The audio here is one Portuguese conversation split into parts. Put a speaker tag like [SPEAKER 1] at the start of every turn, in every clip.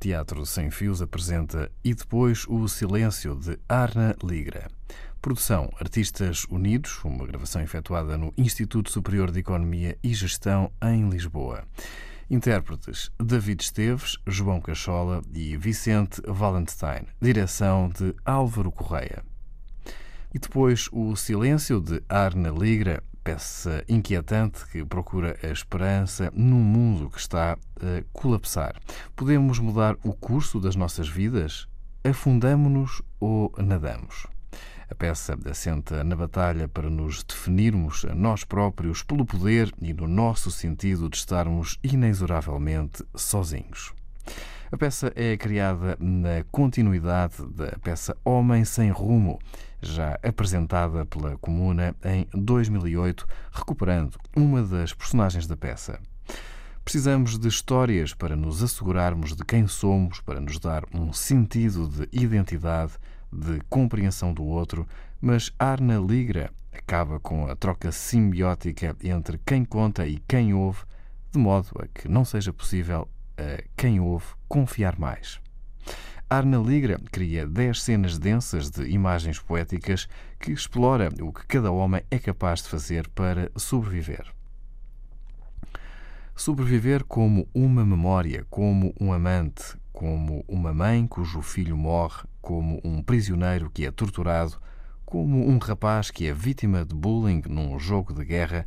[SPEAKER 1] Teatro Sem Fios apresenta E Depois o Silêncio de Arna Ligra. Produção Artistas Unidos, uma gravação efetuada no Instituto Superior de Economia e Gestão em Lisboa. Intérpretes David Esteves, João Cachola e Vicente Valentine. Direção de Álvaro Correia. E depois o silêncio de Arna Ligra, peça inquietante que procura a esperança num mundo que está a colapsar. Podemos mudar o curso das nossas vidas? Afundamo-nos ou nadamos? A peça assenta na batalha para nos definirmos a nós próprios pelo poder e no nosso sentido de estarmos inexoravelmente sozinhos. A peça é criada na continuidade da peça Homem Sem Rumo, já apresentada pela Comuna em 2008, recuperando uma das personagens da peça. Precisamos de histórias para nos assegurarmos de quem somos, para nos dar um sentido de identidade, de compreensão do outro, mas Arna Ligra acaba com a troca simbiótica entre quem conta e quem ouve, de modo a que não seja possível a quem ouve confiar mais. Arna Ligra cria 10 cenas densas de imagens poéticas que explora o que cada homem é capaz de fazer para sobreviver. Sobreviver como uma memória, como um amante, como uma mãe cujo filho morre, como um prisioneiro que é torturado, como um rapaz que é vítima de bullying num jogo de guerra,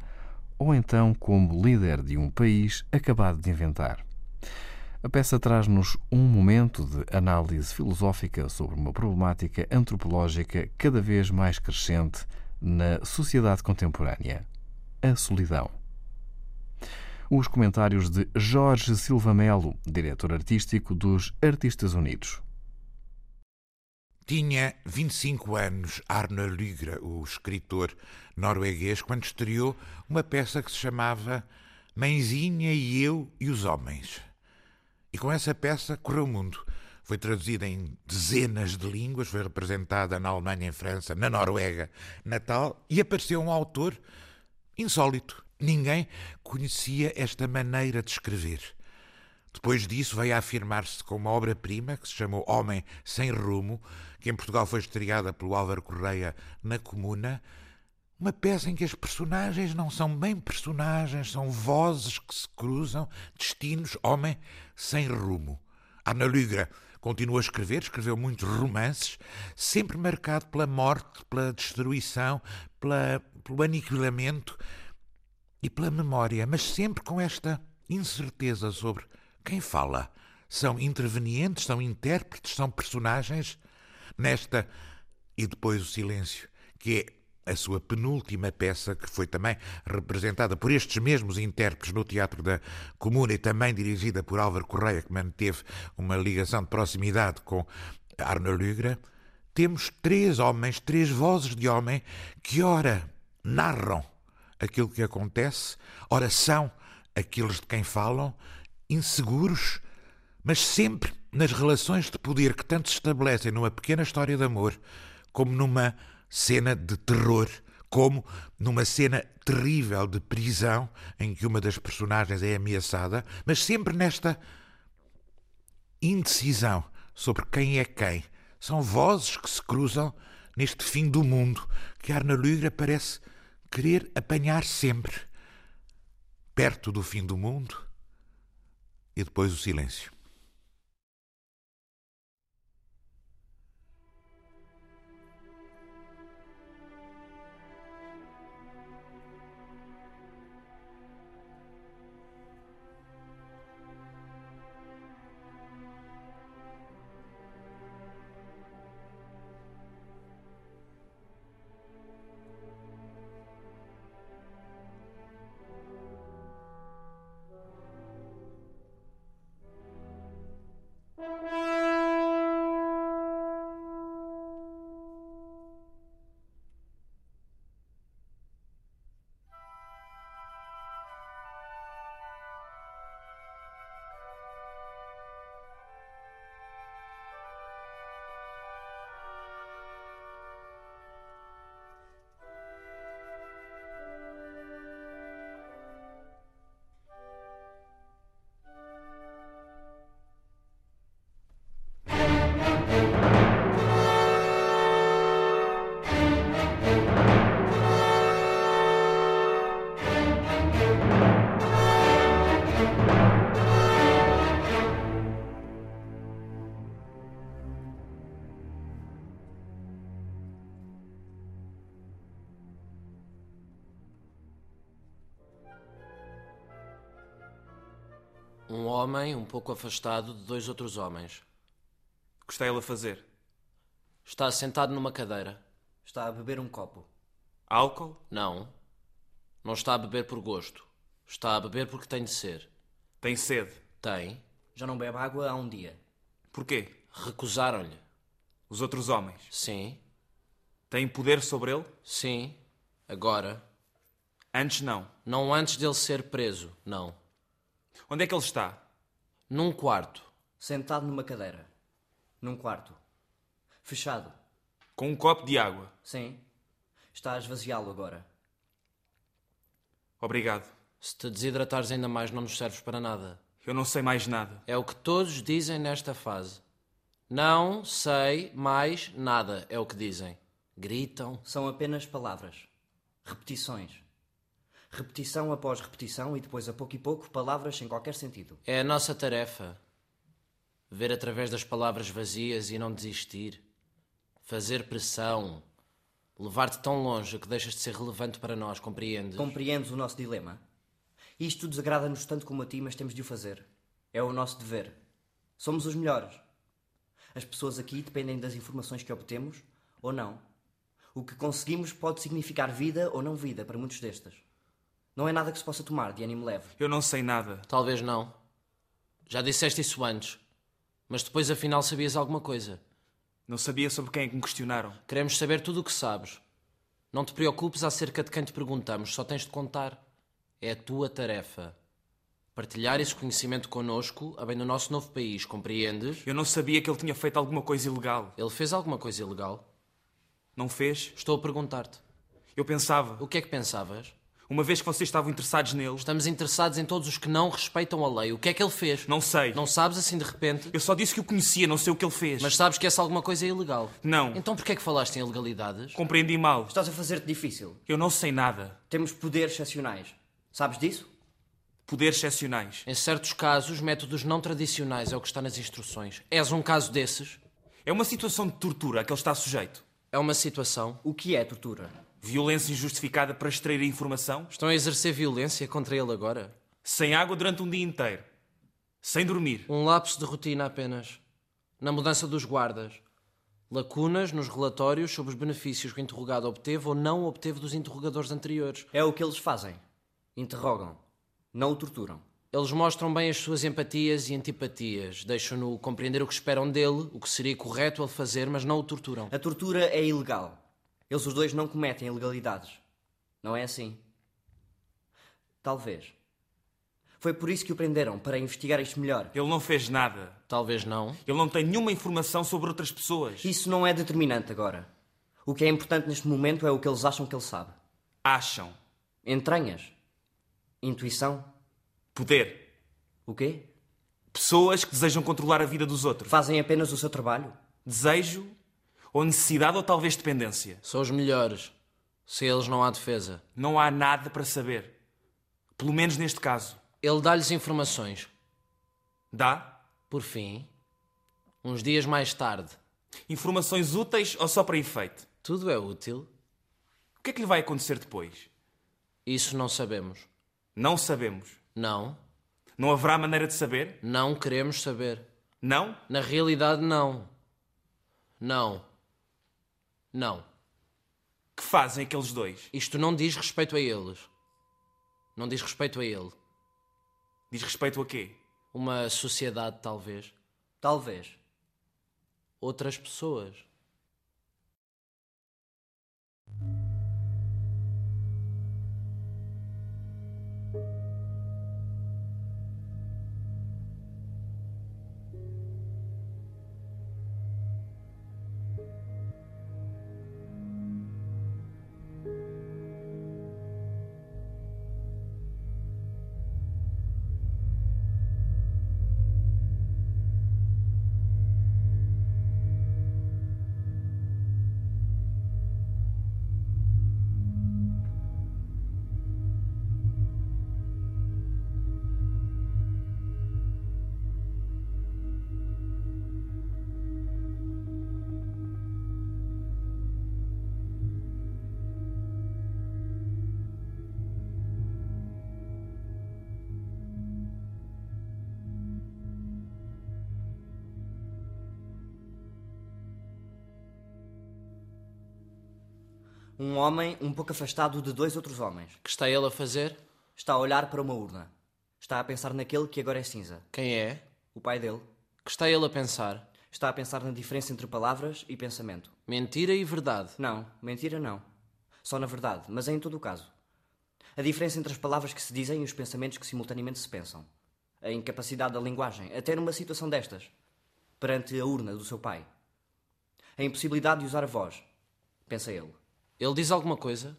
[SPEAKER 1] ou então como líder de um país acabado de inventar. A peça traz-nos um momento de análise filosófica sobre uma problemática antropológica cada vez mais crescente na sociedade contemporânea: a solidão. Os comentários de Jorge Silva Melo, diretor artístico dos Artistas Unidos.
[SPEAKER 2] Tinha 25 anos Arne Lygra, o escritor norueguês, quando estreou uma peça que se chamava Mãezinha e Eu e os Homens. E com essa peça correu o mundo. Foi traduzida em dezenas de línguas, foi representada na Alemanha, em França, na Noruega, na tal, e apareceu um autor insólito. Ninguém conhecia esta maneira de escrever. Depois disso veio a afirmar-se com uma obra-prima que se chamou Homem Sem Rumo, que em Portugal foi estreada pelo Álvaro Correia na Comuna, uma peça em que as personagens não são bem personagens, são vozes que se cruzam, destinos, homem sem rumo. Ana Lugra continua a escrever, escreveu muitos romances, sempre marcado pela morte, pela destruição, pela, pelo aniquilamento e pela memória, mas sempre com esta incerteza sobre quem fala. São intervenientes, são intérpretes, são personagens nesta e depois o silêncio, que é a sua penúltima peça, que foi também representada por estes mesmos intérpretes no Teatro da Comuna e também dirigida por Álvaro Correia, que manteve uma ligação de proximidade com Arno Lugra, temos três homens, três vozes de homem, que ora narram aquilo que acontece, ora são aqueles de quem falam, inseguros, mas sempre nas relações de poder que tanto se estabelecem numa pequena história de amor, como numa cena de terror, como numa cena terrível de prisão em que uma das personagens é ameaçada, mas sempre nesta indecisão sobre quem é quem. São vozes que se cruzam neste fim do mundo que Arna Lugra parece querer apanhar sempre. Perto do fim do mundo e depois o silêncio.
[SPEAKER 3] Um homem um pouco afastado de dois outros homens.
[SPEAKER 4] O que está ele a fazer?
[SPEAKER 3] Está sentado numa cadeira.
[SPEAKER 5] Está a beber um copo.
[SPEAKER 4] Álcool?
[SPEAKER 3] Não. Não está a beber por gosto. Está a beber porque tem de ser.
[SPEAKER 4] Tem sede.
[SPEAKER 3] Tem.
[SPEAKER 5] Já não bebe água há um dia.
[SPEAKER 4] Porquê?
[SPEAKER 3] Recusaram-lhe.
[SPEAKER 4] Os outros homens
[SPEAKER 3] Sim.
[SPEAKER 4] têm poder sobre ele?
[SPEAKER 3] Sim. Agora.
[SPEAKER 4] Antes não.
[SPEAKER 3] Não antes dele ser preso. Não.
[SPEAKER 4] Onde é que ele está?
[SPEAKER 3] Num quarto.
[SPEAKER 5] Sentado numa cadeira. Num quarto. Fechado.
[SPEAKER 4] Com um copo de água.
[SPEAKER 5] Sim. Está a esvaziá-lo agora.
[SPEAKER 4] Obrigado.
[SPEAKER 3] Se te desidratares ainda mais, não nos serves para nada.
[SPEAKER 4] Eu não sei mais nada.
[SPEAKER 3] É o que todos dizem nesta fase. Não sei mais nada, é o que dizem. Gritam.
[SPEAKER 5] São apenas palavras. Repetições. Repetição após repetição e depois a pouco e pouco palavras sem qualquer sentido.
[SPEAKER 3] É a nossa tarefa. Ver através das palavras vazias e não desistir. Fazer pressão. Levar-te tão longe que deixas de ser relevante para nós, compreendes?
[SPEAKER 5] Compreendes o nosso dilema? Isto desagrada-nos tanto como a ti, mas temos de o fazer. É o nosso dever. Somos os melhores. As pessoas aqui dependem das informações que obtemos ou não. O que conseguimos pode significar vida ou não vida para muitos destas. Não é nada que se possa tomar de ânimo leve.
[SPEAKER 4] Eu não sei nada.
[SPEAKER 3] Talvez não. Já disseste isso antes. Mas depois, afinal, sabias alguma coisa.
[SPEAKER 4] Não sabia sobre quem é que me questionaram.
[SPEAKER 3] Queremos saber tudo o que sabes. Não te preocupes acerca de quem te perguntamos, só tens de contar. É a tua tarefa. Partilhar esse conhecimento connosco, a bem do nosso novo país, compreendes?
[SPEAKER 4] Eu não sabia que ele tinha feito alguma coisa ilegal.
[SPEAKER 3] Ele fez alguma coisa ilegal?
[SPEAKER 4] Não fez?
[SPEAKER 3] Estou a perguntar-te.
[SPEAKER 4] Eu pensava.
[SPEAKER 3] O que é que pensavas?
[SPEAKER 4] Uma vez que vocês estavam interessados nele.
[SPEAKER 3] Estamos interessados em todos os que não respeitam a lei. O que é que ele fez?
[SPEAKER 4] Não sei.
[SPEAKER 3] Não sabes assim de repente?
[SPEAKER 4] Eu só disse que o conhecia, não sei o que ele fez.
[SPEAKER 3] Mas sabes que essa alguma coisa é ilegal.
[SPEAKER 4] Não.
[SPEAKER 3] Então porquê é que falaste em ilegalidades?
[SPEAKER 4] Compreendi mal.
[SPEAKER 5] Estás a fazer-te difícil.
[SPEAKER 4] Eu não sei nada.
[SPEAKER 5] Temos poderes excepcionais. Sabes disso?
[SPEAKER 4] Poderes excepcionais.
[SPEAKER 3] Em certos casos, métodos não tradicionais é o que está nas instruções. És um caso desses?
[SPEAKER 4] É uma situação de tortura a que ele está sujeito.
[SPEAKER 3] É uma situação.
[SPEAKER 5] O que é tortura?
[SPEAKER 4] Violência injustificada para extrair a informação.
[SPEAKER 3] Estão a exercer violência contra ele agora?
[SPEAKER 4] Sem água durante um dia inteiro. Sem dormir.
[SPEAKER 3] Um lapso de rotina apenas. Na mudança dos guardas. Lacunas nos relatórios sobre os benefícios que o interrogado obteve ou não obteve dos interrogadores anteriores.
[SPEAKER 5] É o que eles fazem. Interrogam. Não o torturam.
[SPEAKER 3] Eles mostram bem as suas empatias e antipatias, deixam-no compreender o que esperam dele, o que seria correto ele fazer, mas não o torturam.
[SPEAKER 5] A tortura é ilegal. Eles os dois não cometem ilegalidades. Não é assim? Talvez. Foi por isso que o prenderam para investigar isto melhor.
[SPEAKER 4] Ele não fez nada.
[SPEAKER 3] Talvez não.
[SPEAKER 4] Ele não tem nenhuma informação sobre outras pessoas.
[SPEAKER 5] Isso não é determinante agora. O que é importante neste momento é o que eles acham que ele sabe.
[SPEAKER 4] Acham.
[SPEAKER 5] Entranhas. Intuição.
[SPEAKER 4] Poder.
[SPEAKER 5] O quê?
[SPEAKER 4] Pessoas que desejam controlar a vida dos outros.
[SPEAKER 5] Fazem apenas o seu trabalho?
[SPEAKER 4] Desejo ou necessidade ou talvez dependência.
[SPEAKER 3] São os melhores. Se eles não há defesa.
[SPEAKER 4] Não há nada para saber. Pelo menos neste caso.
[SPEAKER 3] Ele dá-lhes informações.
[SPEAKER 4] Dá?
[SPEAKER 3] Por fim, uns dias mais tarde,
[SPEAKER 4] Informações úteis ou só para efeito?
[SPEAKER 3] tudo é útil.
[SPEAKER 4] O que é que lhe vai acontecer depois?
[SPEAKER 3] Isso não sabemos.
[SPEAKER 4] Não sabemos.
[SPEAKER 3] Não,
[SPEAKER 4] Não haverá maneira de saber?
[SPEAKER 3] não queremos saber.
[SPEAKER 4] Não?
[SPEAKER 3] Na realidade, não. Não. Não.
[SPEAKER 4] Que fazem aqueles dois?
[SPEAKER 3] Isto não diz respeito a eles. Não diz respeito a ele.
[SPEAKER 4] Diz respeito a quê?
[SPEAKER 3] Uma sociedade, talvez.
[SPEAKER 5] Talvez.
[SPEAKER 3] Outras pessoas.
[SPEAKER 5] Um homem um pouco afastado de dois outros homens.
[SPEAKER 3] Que está ele a fazer?
[SPEAKER 5] Está a olhar para uma urna. Está a pensar naquele que agora é cinza.
[SPEAKER 3] Quem é?
[SPEAKER 5] O pai dele.
[SPEAKER 3] Que está ele a pensar?
[SPEAKER 5] Está a pensar na diferença entre palavras e pensamento.
[SPEAKER 3] Mentira e verdade.
[SPEAKER 5] Não, mentira não. Só na verdade, mas é em todo o caso. A diferença entre as palavras que se dizem e os pensamentos que simultaneamente se pensam. A incapacidade da linguagem, até numa situação destas, perante a urna do seu pai. A impossibilidade de usar a voz, pensa ele.
[SPEAKER 3] Ele diz alguma coisa?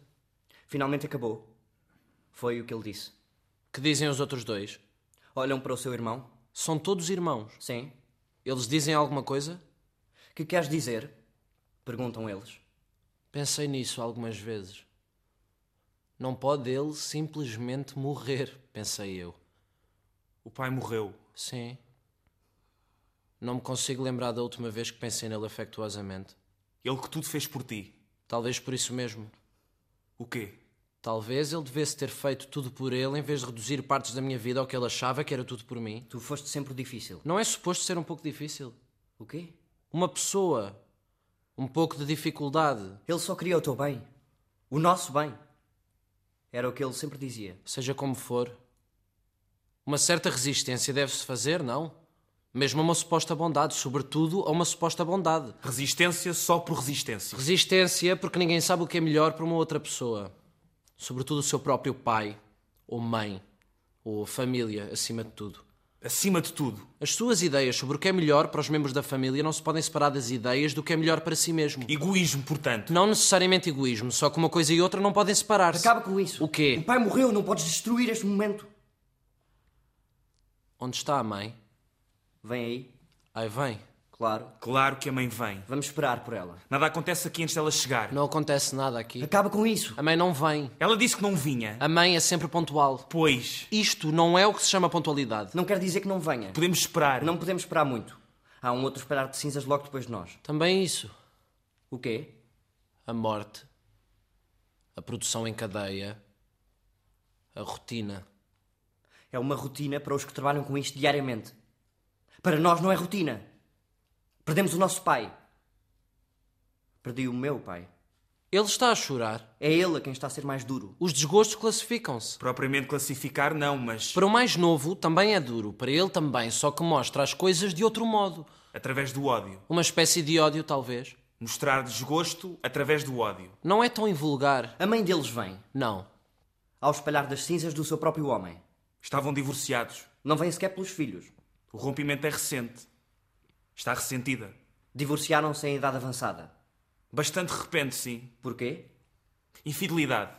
[SPEAKER 5] Finalmente acabou. Foi o que ele disse.
[SPEAKER 3] Que dizem os outros dois?
[SPEAKER 5] Olham para o seu irmão?
[SPEAKER 3] São todos irmãos.
[SPEAKER 5] Sim.
[SPEAKER 3] Eles dizem alguma coisa?
[SPEAKER 5] Que queres dizer? Perguntam eles.
[SPEAKER 3] Pensei nisso algumas vezes. Não pode ele simplesmente morrer, pensei eu.
[SPEAKER 4] O pai morreu.
[SPEAKER 3] Sim. Não me consigo lembrar da última vez que pensei nele afectuosamente.
[SPEAKER 4] Ele que tudo fez por ti.
[SPEAKER 3] Talvez por isso mesmo.
[SPEAKER 4] O quê?
[SPEAKER 3] Talvez ele devesse ter feito tudo por ele em vez de reduzir partes da minha vida ao que ele achava que era tudo por mim.
[SPEAKER 5] Tu foste sempre difícil.
[SPEAKER 3] Não é suposto ser um pouco difícil?
[SPEAKER 5] O quê?
[SPEAKER 3] Uma pessoa. Um pouco de dificuldade.
[SPEAKER 5] Ele só queria o teu bem. O nosso bem. Era o que ele sempre dizia.
[SPEAKER 3] Seja como for. Uma certa resistência deve-se fazer, não? Mesmo a uma suposta bondade, sobretudo a uma suposta bondade.
[SPEAKER 4] Resistência só por resistência.
[SPEAKER 3] Resistência porque ninguém sabe o que é melhor para uma outra pessoa. Sobretudo o seu próprio pai, ou mãe, ou família, acima de tudo.
[SPEAKER 4] Acima de tudo.
[SPEAKER 3] As suas ideias sobre o que é melhor para os membros da família não se podem separar das ideias do que é melhor para si mesmo.
[SPEAKER 4] Egoísmo, portanto.
[SPEAKER 3] Não necessariamente egoísmo, só que uma coisa e outra não podem separar-se.
[SPEAKER 5] Acaba com isso.
[SPEAKER 3] O quê?
[SPEAKER 5] O pai morreu, não podes destruir este momento.
[SPEAKER 3] Onde está a mãe?
[SPEAKER 5] Vem aí.
[SPEAKER 3] Aí vem.
[SPEAKER 5] Claro.
[SPEAKER 4] Claro que a mãe vem.
[SPEAKER 5] Vamos esperar por ela.
[SPEAKER 4] Nada acontece aqui antes dela chegar.
[SPEAKER 3] Não acontece nada aqui.
[SPEAKER 5] Acaba com isso.
[SPEAKER 3] A mãe não vem.
[SPEAKER 4] Ela disse que não vinha.
[SPEAKER 3] A mãe é sempre pontual.
[SPEAKER 4] Pois.
[SPEAKER 3] Isto não é o que se chama pontualidade.
[SPEAKER 5] Não quer dizer que não venha.
[SPEAKER 4] Podemos esperar.
[SPEAKER 5] Não podemos esperar muito. Há um outro esperar de cinzas logo depois de nós.
[SPEAKER 3] Também isso.
[SPEAKER 5] O quê?
[SPEAKER 3] A morte. A produção em cadeia. A rotina.
[SPEAKER 5] É uma rotina para os que trabalham com isto diariamente. Para nós não é rotina. Perdemos o nosso pai. Perdi o meu pai.
[SPEAKER 3] Ele está a chorar.
[SPEAKER 5] É ele a quem está a ser mais duro.
[SPEAKER 3] Os desgostos classificam-se.
[SPEAKER 4] Propriamente classificar, não, mas.
[SPEAKER 3] Para o mais novo, também é duro. Para ele também, só que mostra as coisas de outro modo.
[SPEAKER 4] Através do ódio.
[SPEAKER 3] Uma espécie de ódio, talvez.
[SPEAKER 4] Mostrar desgosto através do ódio.
[SPEAKER 3] Não é tão invulgar.
[SPEAKER 5] A mãe deles vem,
[SPEAKER 3] Não.
[SPEAKER 5] ao espalhar das cinzas do seu próprio homem.
[SPEAKER 4] Estavam divorciados.
[SPEAKER 5] Não vem sequer pelos filhos.
[SPEAKER 4] O rompimento é recente. Está ressentida.
[SPEAKER 5] Divorciaram-se em idade avançada.
[SPEAKER 4] Bastante repente, sim.
[SPEAKER 5] Porquê?
[SPEAKER 4] Infidelidade.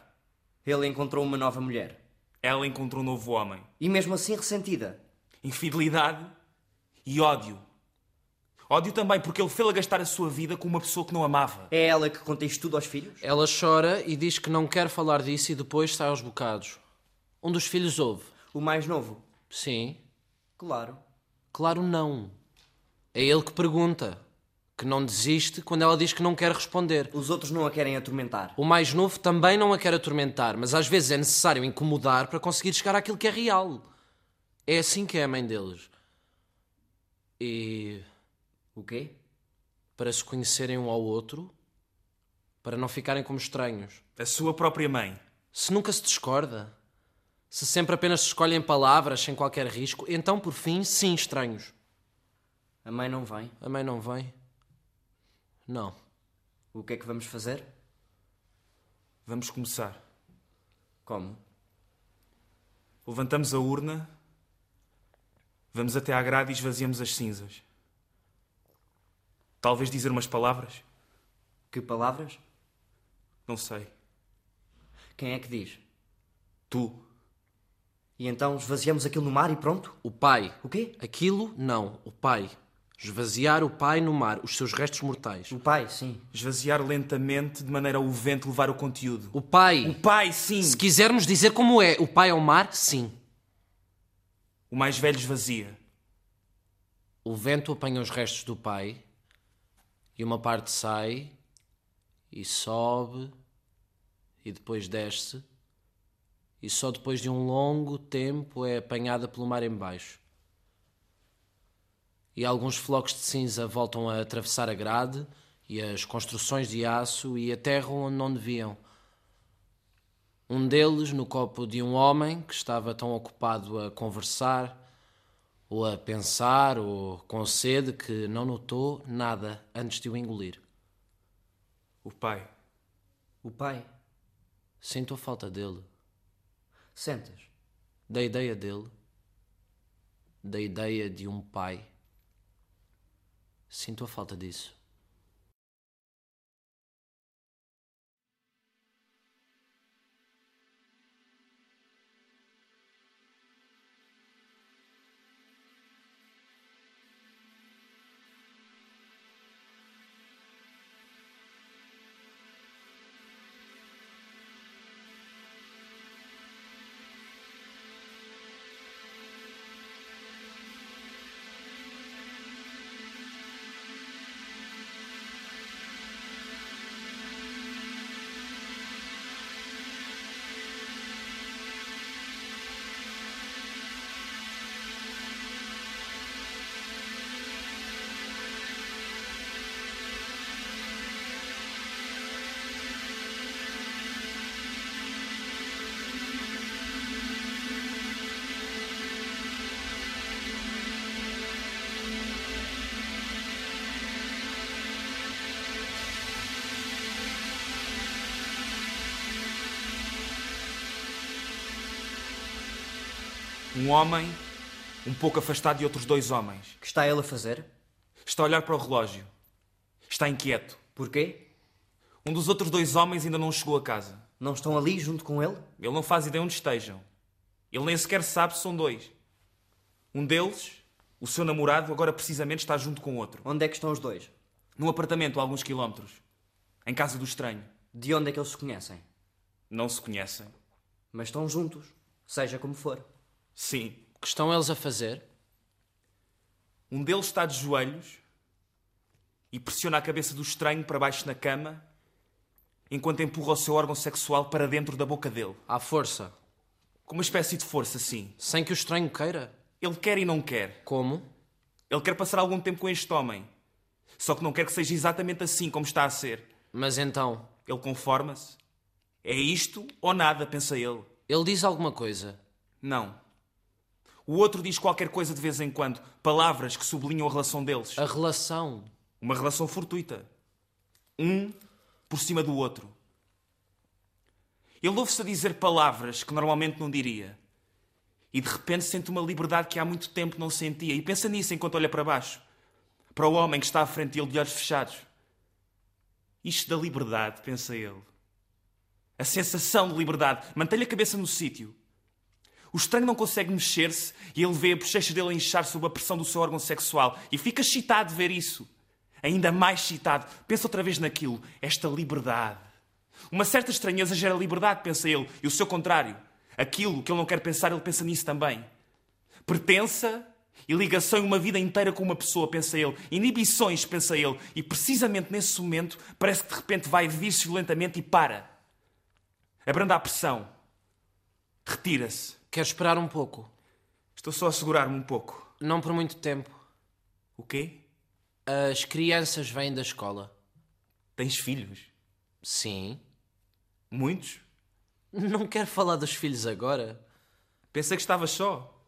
[SPEAKER 5] Ele encontrou uma nova mulher.
[SPEAKER 4] Ela encontrou um novo homem.
[SPEAKER 5] E mesmo assim ressentida.
[SPEAKER 4] Infidelidade e ódio. Ódio também porque ele fez-la gastar a sua vida com uma pessoa que não amava.
[SPEAKER 5] É ela que conta isto tudo aos filhos?
[SPEAKER 3] Ela chora e diz que não quer falar disso e depois sai aos bocados. Um dos filhos ouve.
[SPEAKER 5] O mais novo?
[SPEAKER 3] Sim.
[SPEAKER 5] Claro.
[SPEAKER 3] Claro, não. É ele que pergunta. Que não desiste quando ela diz que não quer responder.
[SPEAKER 5] Os outros não a querem atormentar.
[SPEAKER 3] O mais novo também não a quer atormentar, mas às vezes é necessário incomodar para conseguir chegar àquilo que é real. É assim que é a mãe deles. E
[SPEAKER 5] O quê?
[SPEAKER 3] para se conhecerem um ao outro, para não ficarem como estranhos.
[SPEAKER 4] A sua própria mãe.
[SPEAKER 3] Se nunca se discorda, se sempre apenas se escolhem palavras sem qualquer risco, então por fim, sim, estranhos.
[SPEAKER 5] A mãe não vem.
[SPEAKER 3] A mãe não vem? Não.
[SPEAKER 5] O que é que vamos fazer?
[SPEAKER 4] Vamos começar.
[SPEAKER 5] Como?
[SPEAKER 4] Levantamos a urna, vamos até à grade e esvaziamos as cinzas. Talvez dizer umas palavras?
[SPEAKER 5] Que palavras?
[SPEAKER 4] Não sei.
[SPEAKER 5] Quem é que diz?
[SPEAKER 4] Tu.
[SPEAKER 5] E então esvaziamos aquilo no mar e pronto?
[SPEAKER 3] O pai.
[SPEAKER 5] O quê?
[SPEAKER 3] Aquilo, não. O pai. Esvaziar o pai no mar, os seus restos mortais.
[SPEAKER 5] O pai, sim.
[SPEAKER 4] Esvaziar lentamente de maneira ao vento levar o conteúdo.
[SPEAKER 3] O pai.
[SPEAKER 4] O pai, sim!
[SPEAKER 3] Se quisermos dizer como é o pai ao mar, sim.
[SPEAKER 4] O mais velho esvazia.
[SPEAKER 3] O vento apanha os restos do pai e uma parte sai e sobe e depois desce e só depois de um longo tempo é apanhada pelo mar embaixo. E alguns flocos de cinza voltam a atravessar a grade e as construções de aço e a terra onde não deviam. Um deles no copo de um homem que estava tão ocupado a conversar, ou a pensar, ou com sede, que não notou nada antes de o engolir.
[SPEAKER 4] O pai.
[SPEAKER 5] O pai.
[SPEAKER 3] Sinto a falta dele,
[SPEAKER 5] Sentas.
[SPEAKER 3] da ideia dele, da ideia de um pai. Sinto a falta disso.
[SPEAKER 4] Um homem um pouco afastado de outros dois homens.
[SPEAKER 5] Que está ele a fazer?
[SPEAKER 4] Está a olhar para o relógio. Está inquieto.
[SPEAKER 5] Porquê?
[SPEAKER 4] Um dos outros dois homens ainda não chegou a casa.
[SPEAKER 5] Não estão ali junto com ele?
[SPEAKER 4] Ele não faz ideia onde estejam. Ele nem sequer sabe se são dois. Um deles, o seu namorado, agora precisamente está junto com outro.
[SPEAKER 5] Onde é que estão os dois?
[SPEAKER 4] Num apartamento a alguns quilómetros. Em casa do estranho.
[SPEAKER 5] De onde é que eles se conhecem?
[SPEAKER 4] Não se conhecem.
[SPEAKER 5] Mas estão juntos, seja como for.
[SPEAKER 4] Sim.
[SPEAKER 3] O que estão eles a fazer?
[SPEAKER 4] Um deles está de joelhos e pressiona a cabeça do estranho para baixo na cama, enquanto empurra o seu órgão sexual para dentro da boca dele.
[SPEAKER 3] À força.
[SPEAKER 4] Com uma espécie de força, sim.
[SPEAKER 3] Sem que o estranho queira.
[SPEAKER 4] Ele quer e não quer.
[SPEAKER 3] Como?
[SPEAKER 4] Ele quer passar algum tempo com este homem. Só que não quer que seja exatamente assim como está a ser.
[SPEAKER 3] Mas então,
[SPEAKER 4] Ele conforma-se. É isto ou nada, pensa ele.
[SPEAKER 3] ele diz alguma coisa.
[SPEAKER 4] Não. O outro diz qualquer coisa de vez em quando, palavras que sublinham a relação deles.
[SPEAKER 3] A relação.
[SPEAKER 4] Uma relação fortuita. Um por cima do outro. Ele ouve-se a dizer palavras que normalmente não diria. E de repente sente uma liberdade que há muito tempo não sentia. E pensa nisso enquanto olha para baixo. Para o homem que está à frente dele de olhos fechados. Isto da liberdade, pensa ele. A sensação de liberdade. Mantém-lhe a cabeça no sítio. O estranho não consegue mexer-se e ele vê a bochecha dele a inchar sob a pressão do seu órgão sexual e fica excitado de ver isso. Ainda mais excitado. Pensa outra vez naquilo. Esta liberdade. Uma certa estranheza gera liberdade, pensa ele, e o seu contrário. Aquilo que ele não quer pensar, ele pensa nisso também. Pertença e ligação em uma vida inteira com uma pessoa, pensa ele. Inibições, pensa ele. E precisamente nesse momento, parece que de repente vai vir-se violentamente e para. Abranda a pressão. Retira-se.
[SPEAKER 3] Quero esperar um pouco.
[SPEAKER 4] Estou só a segurar-me um pouco.
[SPEAKER 3] Não por muito tempo.
[SPEAKER 4] O quê?
[SPEAKER 3] As crianças vêm da escola.
[SPEAKER 4] Tens filhos?
[SPEAKER 3] Sim.
[SPEAKER 4] Muitos?
[SPEAKER 3] Não quero falar dos filhos agora.
[SPEAKER 4] Pensei que estavas só.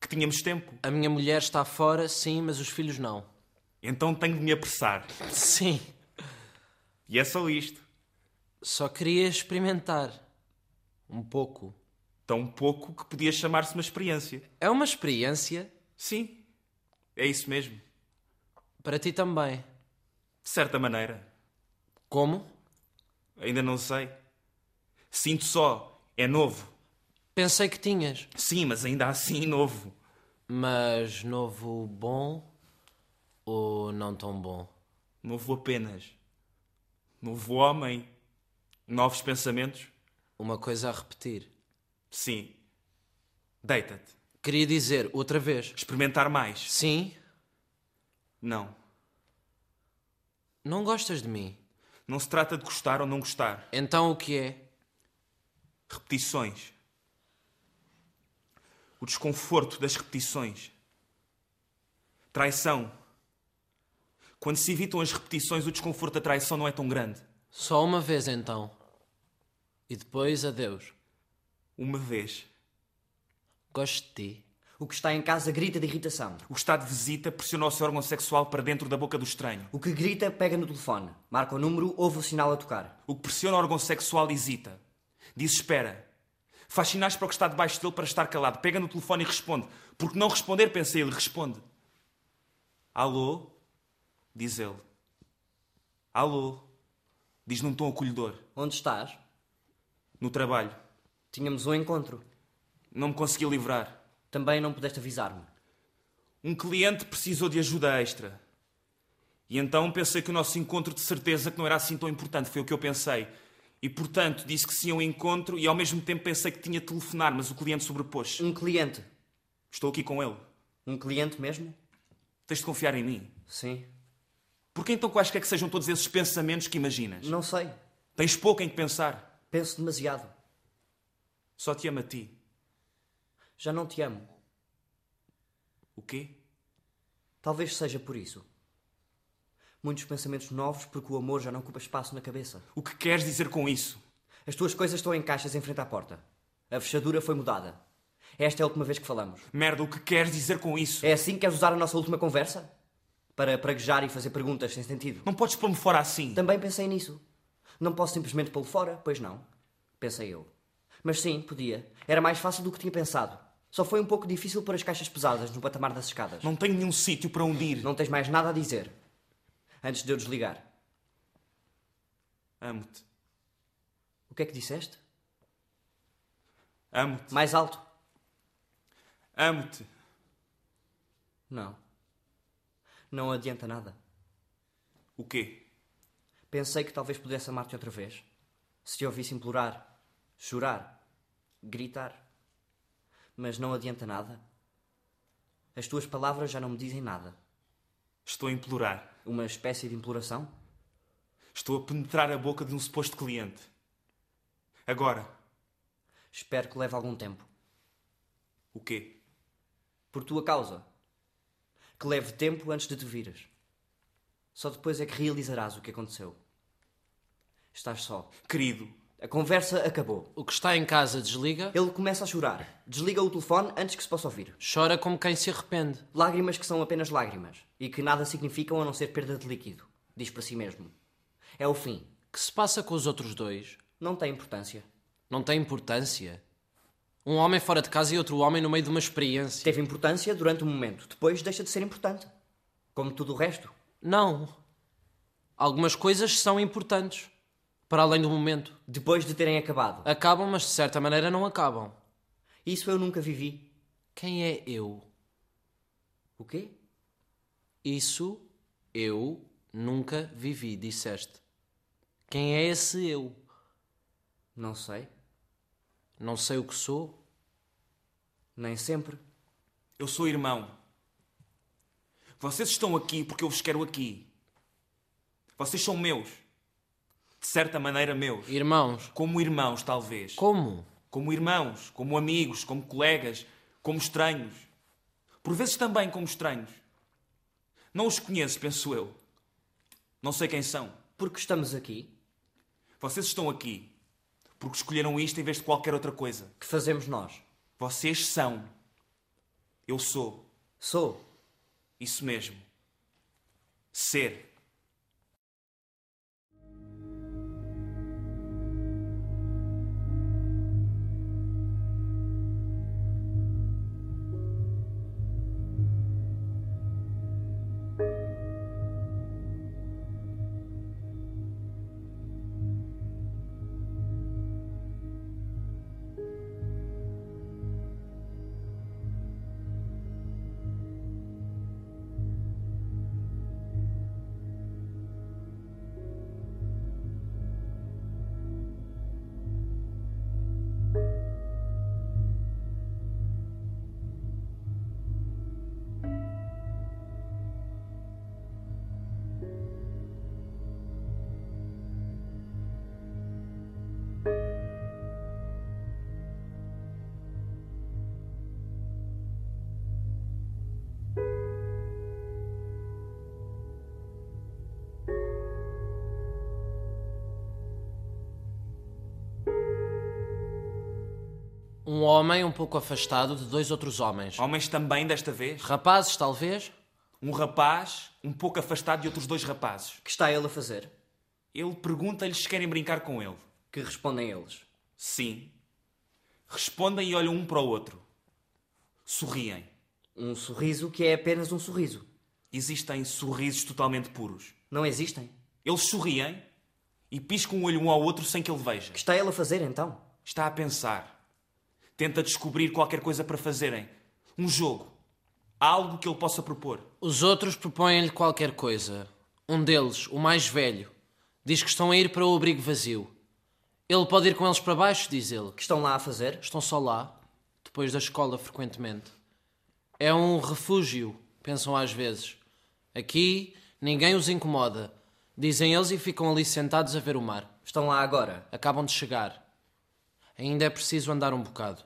[SPEAKER 4] Que tínhamos tempo.
[SPEAKER 3] A minha mulher está fora, sim, mas os filhos não.
[SPEAKER 4] Então tenho de me apressar.
[SPEAKER 3] Sim.
[SPEAKER 4] E é só isto.
[SPEAKER 3] Só queria experimentar. Um pouco.
[SPEAKER 4] Tão pouco que podia chamar-se uma experiência.
[SPEAKER 3] É uma experiência.
[SPEAKER 4] Sim. É isso mesmo.
[SPEAKER 3] Para ti também.
[SPEAKER 4] De certa maneira.
[SPEAKER 3] Como?
[SPEAKER 4] Ainda não sei. Sinto só. É novo.
[SPEAKER 3] Pensei que tinhas.
[SPEAKER 4] Sim, mas ainda assim novo.
[SPEAKER 3] Mas novo bom ou não tão bom?
[SPEAKER 4] Novo apenas. Novo homem. Novos pensamentos.
[SPEAKER 3] Uma coisa a repetir.
[SPEAKER 4] Sim. Deita-te.
[SPEAKER 3] Queria dizer outra vez.
[SPEAKER 4] Experimentar mais.
[SPEAKER 3] Sim,
[SPEAKER 4] Não.
[SPEAKER 3] não gostas de mim.
[SPEAKER 4] Não se trata de gostar ou não gostar.
[SPEAKER 3] Então o que é?
[SPEAKER 4] Repetições. O desconforto das repetições. Traição. Quando se evitam as repetições, o desconforto da traição não é tão grande.
[SPEAKER 3] Só uma vez então. E depois adeus.
[SPEAKER 4] Uma vez.
[SPEAKER 3] Gosto de ti.
[SPEAKER 5] O que está em casa grita de irritação.
[SPEAKER 4] O estado de visita pressiona o seu órgão sexual para dentro da boca do estranho.
[SPEAKER 5] O que grita pega no telefone, marca o número, ouve o sinal a tocar.
[SPEAKER 4] O que pressiona o órgão sexual hesita. Diz espera. Faz sinais para o que está debaixo dele para estar calado. Pega no telefone e responde. Porque não responder, pensa ele, responde. Alô? Diz ele. Alô? Diz num tom acolhedor.
[SPEAKER 5] Onde estás?
[SPEAKER 4] No trabalho.
[SPEAKER 5] Tínhamos um encontro.
[SPEAKER 4] Não me consegui livrar.
[SPEAKER 5] Também não pudeste avisar-me.
[SPEAKER 4] Um cliente precisou de ajuda extra. E então pensei que o nosso encontro de certeza que não era assim tão importante, foi o que eu pensei. E portanto disse que sim a um encontro e ao mesmo tempo pensei que tinha de telefonar, mas o cliente sobrepôs.
[SPEAKER 5] Um cliente.
[SPEAKER 4] Estou aqui com ele.
[SPEAKER 5] Um cliente mesmo?
[SPEAKER 4] Tens de confiar em mim.
[SPEAKER 5] Sim.
[SPEAKER 4] Porque então quais que sejam todos esses pensamentos que imaginas?
[SPEAKER 5] Não sei.
[SPEAKER 4] Tens pouco em que pensar.
[SPEAKER 5] Penso demasiado.
[SPEAKER 4] Só te amo a ti.
[SPEAKER 5] Já não te amo.
[SPEAKER 4] O quê?
[SPEAKER 5] Talvez seja por isso. Muitos pensamentos novos porque o amor já não ocupa espaço na cabeça.
[SPEAKER 4] O que queres dizer com isso?
[SPEAKER 5] As tuas coisas estão em caixas em frente à porta. A fechadura foi mudada. Esta é a última vez que falamos.
[SPEAKER 4] Merda, o que queres dizer com isso?
[SPEAKER 5] É assim que queres usar a nossa última conversa? Para praguejar e fazer perguntas sem sentido.
[SPEAKER 4] Não podes pôr-me fora assim.
[SPEAKER 5] Também pensei nisso. Não posso simplesmente pô-lo fora, pois não. Pensei eu. Mas sim, podia. Era mais fácil do que tinha pensado. Só foi um pouco difícil pôr as caixas pesadas no patamar das escadas.
[SPEAKER 4] Não tenho nenhum sítio para onde ir.
[SPEAKER 5] Não tens mais nada a dizer. Antes de eu desligar.
[SPEAKER 4] Amo-te.
[SPEAKER 5] O que é que disseste?
[SPEAKER 4] Amo-te.
[SPEAKER 5] Mais alto?
[SPEAKER 4] Amo-te.
[SPEAKER 5] Não. Não adianta nada.
[SPEAKER 4] O quê?
[SPEAKER 5] Pensei que talvez pudesse amar-te outra vez. Se te ouvisse implorar, chorar, gritar. Mas não adianta nada. As tuas palavras já não me dizem nada.
[SPEAKER 4] Estou a implorar.
[SPEAKER 5] Uma espécie de imploração?
[SPEAKER 4] Estou a penetrar a boca de um suposto cliente. Agora.
[SPEAKER 5] Espero que leve algum tempo.
[SPEAKER 4] O quê?
[SPEAKER 5] Por tua causa. Que leve tempo antes de te vires. Só depois é que realizarás o que aconteceu. Estás só.
[SPEAKER 4] Querido,
[SPEAKER 5] A conversa acabou.
[SPEAKER 3] O que está em casa desliga,
[SPEAKER 5] Ele começa a chorar. Desliga o telefone antes que se possa ouvir.
[SPEAKER 3] chora como quem se arrepende.
[SPEAKER 5] Lágrimas que são apenas lágrimas e que nada significam a não ser perda de líquido. Diz para si mesmo. É o fim.
[SPEAKER 3] Que se passa com os outros dois?
[SPEAKER 5] Não tem importância.
[SPEAKER 3] Não tem importância. Um homem fora de casa e outro homem no meio de uma experiência.
[SPEAKER 5] Teve importância durante um momento, depois deixa de ser importante. Como tudo o resto.
[SPEAKER 3] Não. Algumas coisas são importantes. Para além do momento.
[SPEAKER 5] Depois de terem acabado.
[SPEAKER 3] Acabam, mas de certa maneira não acabam.
[SPEAKER 5] Isso eu nunca vivi.
[SPEAKER 3] Quem é eu?
[SPEAKER 5] O quê?
[SPEAKER 3] Isso eu nunca vivi, disseste. Quem é esse eu?
[SPEAKER 5] Não sei.
[SPEAKER 3] Não sei o que sou.
[SPEAKER 5] Nem sempre.
[SPEAKER 4] eu sou irmão. Vocês estão aqui porque eu vos quero aqui. Vocês são meus. De certa maneira, meus.
[SPEAKER 3] Irmãos,
[SPEAKER 4] Como irmãos, talvez.
[SPEAKER 3] como?
[SPEAKER 4] Como irmãos, como amigos, como colegas, como estranhos. Por vezes também como estranhos. Não os conheço, penso eu. Não sei quem são.
[SPEAKER 5] Porque estamos aqui,
[SPEAKER 4] Vocês estão aqui porque escolheram isto em vez de qualquer outra coisa.
[SPEAKER 5] que fazemos nós.
[SPEAKER 4] Vocês são. Eu sou.
[SPEAKER 5] Sou.
[SPEAKER 4] Isso mesmo. Ser.
[SPEAKER 3] Um homem um pouco afastado de dois outros homens.
[SPEAKER 4] Homens também desta vez?
[SPEAKER 3] Rapazes, talvez?
[SPEAKER 4] Um rapaz um pouco afastado de outros dois rapazes.
[SPEAKER 5] Que está ele a fazer?
[SPEAKER 4] Ele pergunta-lhes se querem brincar com ele.
[SPEAKER 5] Que respondem eles.
[SPEAKER 4] Sim. Respondem e olham um para o outro. Sorriem.
[SPEAKER 5] Um sorriso que é apenas um sorriso.
[SPEAKER 4] Existem sorrisos totalmente puros.
[SPEAKER 5] Não existem.
[SPEAKER 4] Eles sorriem e piscam o olho um ao outro sem que ele veja.
[SPEAKER 5] Que está ele a fazer então?
[SPEAKER 4] Está a pensar. Tenta descobrir qualquer coisa para fazerem. Um jogo. Algo que ele possa propor.
[SPEAKER 3] Os outros propõem-lhe qualquer coisa. Um deles, o mais velho, diz que estão a ir para o abrigo vazio. Ele pode ir com eles para baixo, diz ele.
[SPEAKER 5] Que estão lá a fazer?
[SPEAKER 3] Estão só lá, depois da escola, frequentemente. É um refúgio, pensam às vezes. Aqui ninguém os incomoda, dizem eles e ficam ali sentados a ver o mar.
[SPEAKER 5] Estão lá agora.
[SPEAKER 3] Acabam de chegar. Ainda é preciso andar um bocado.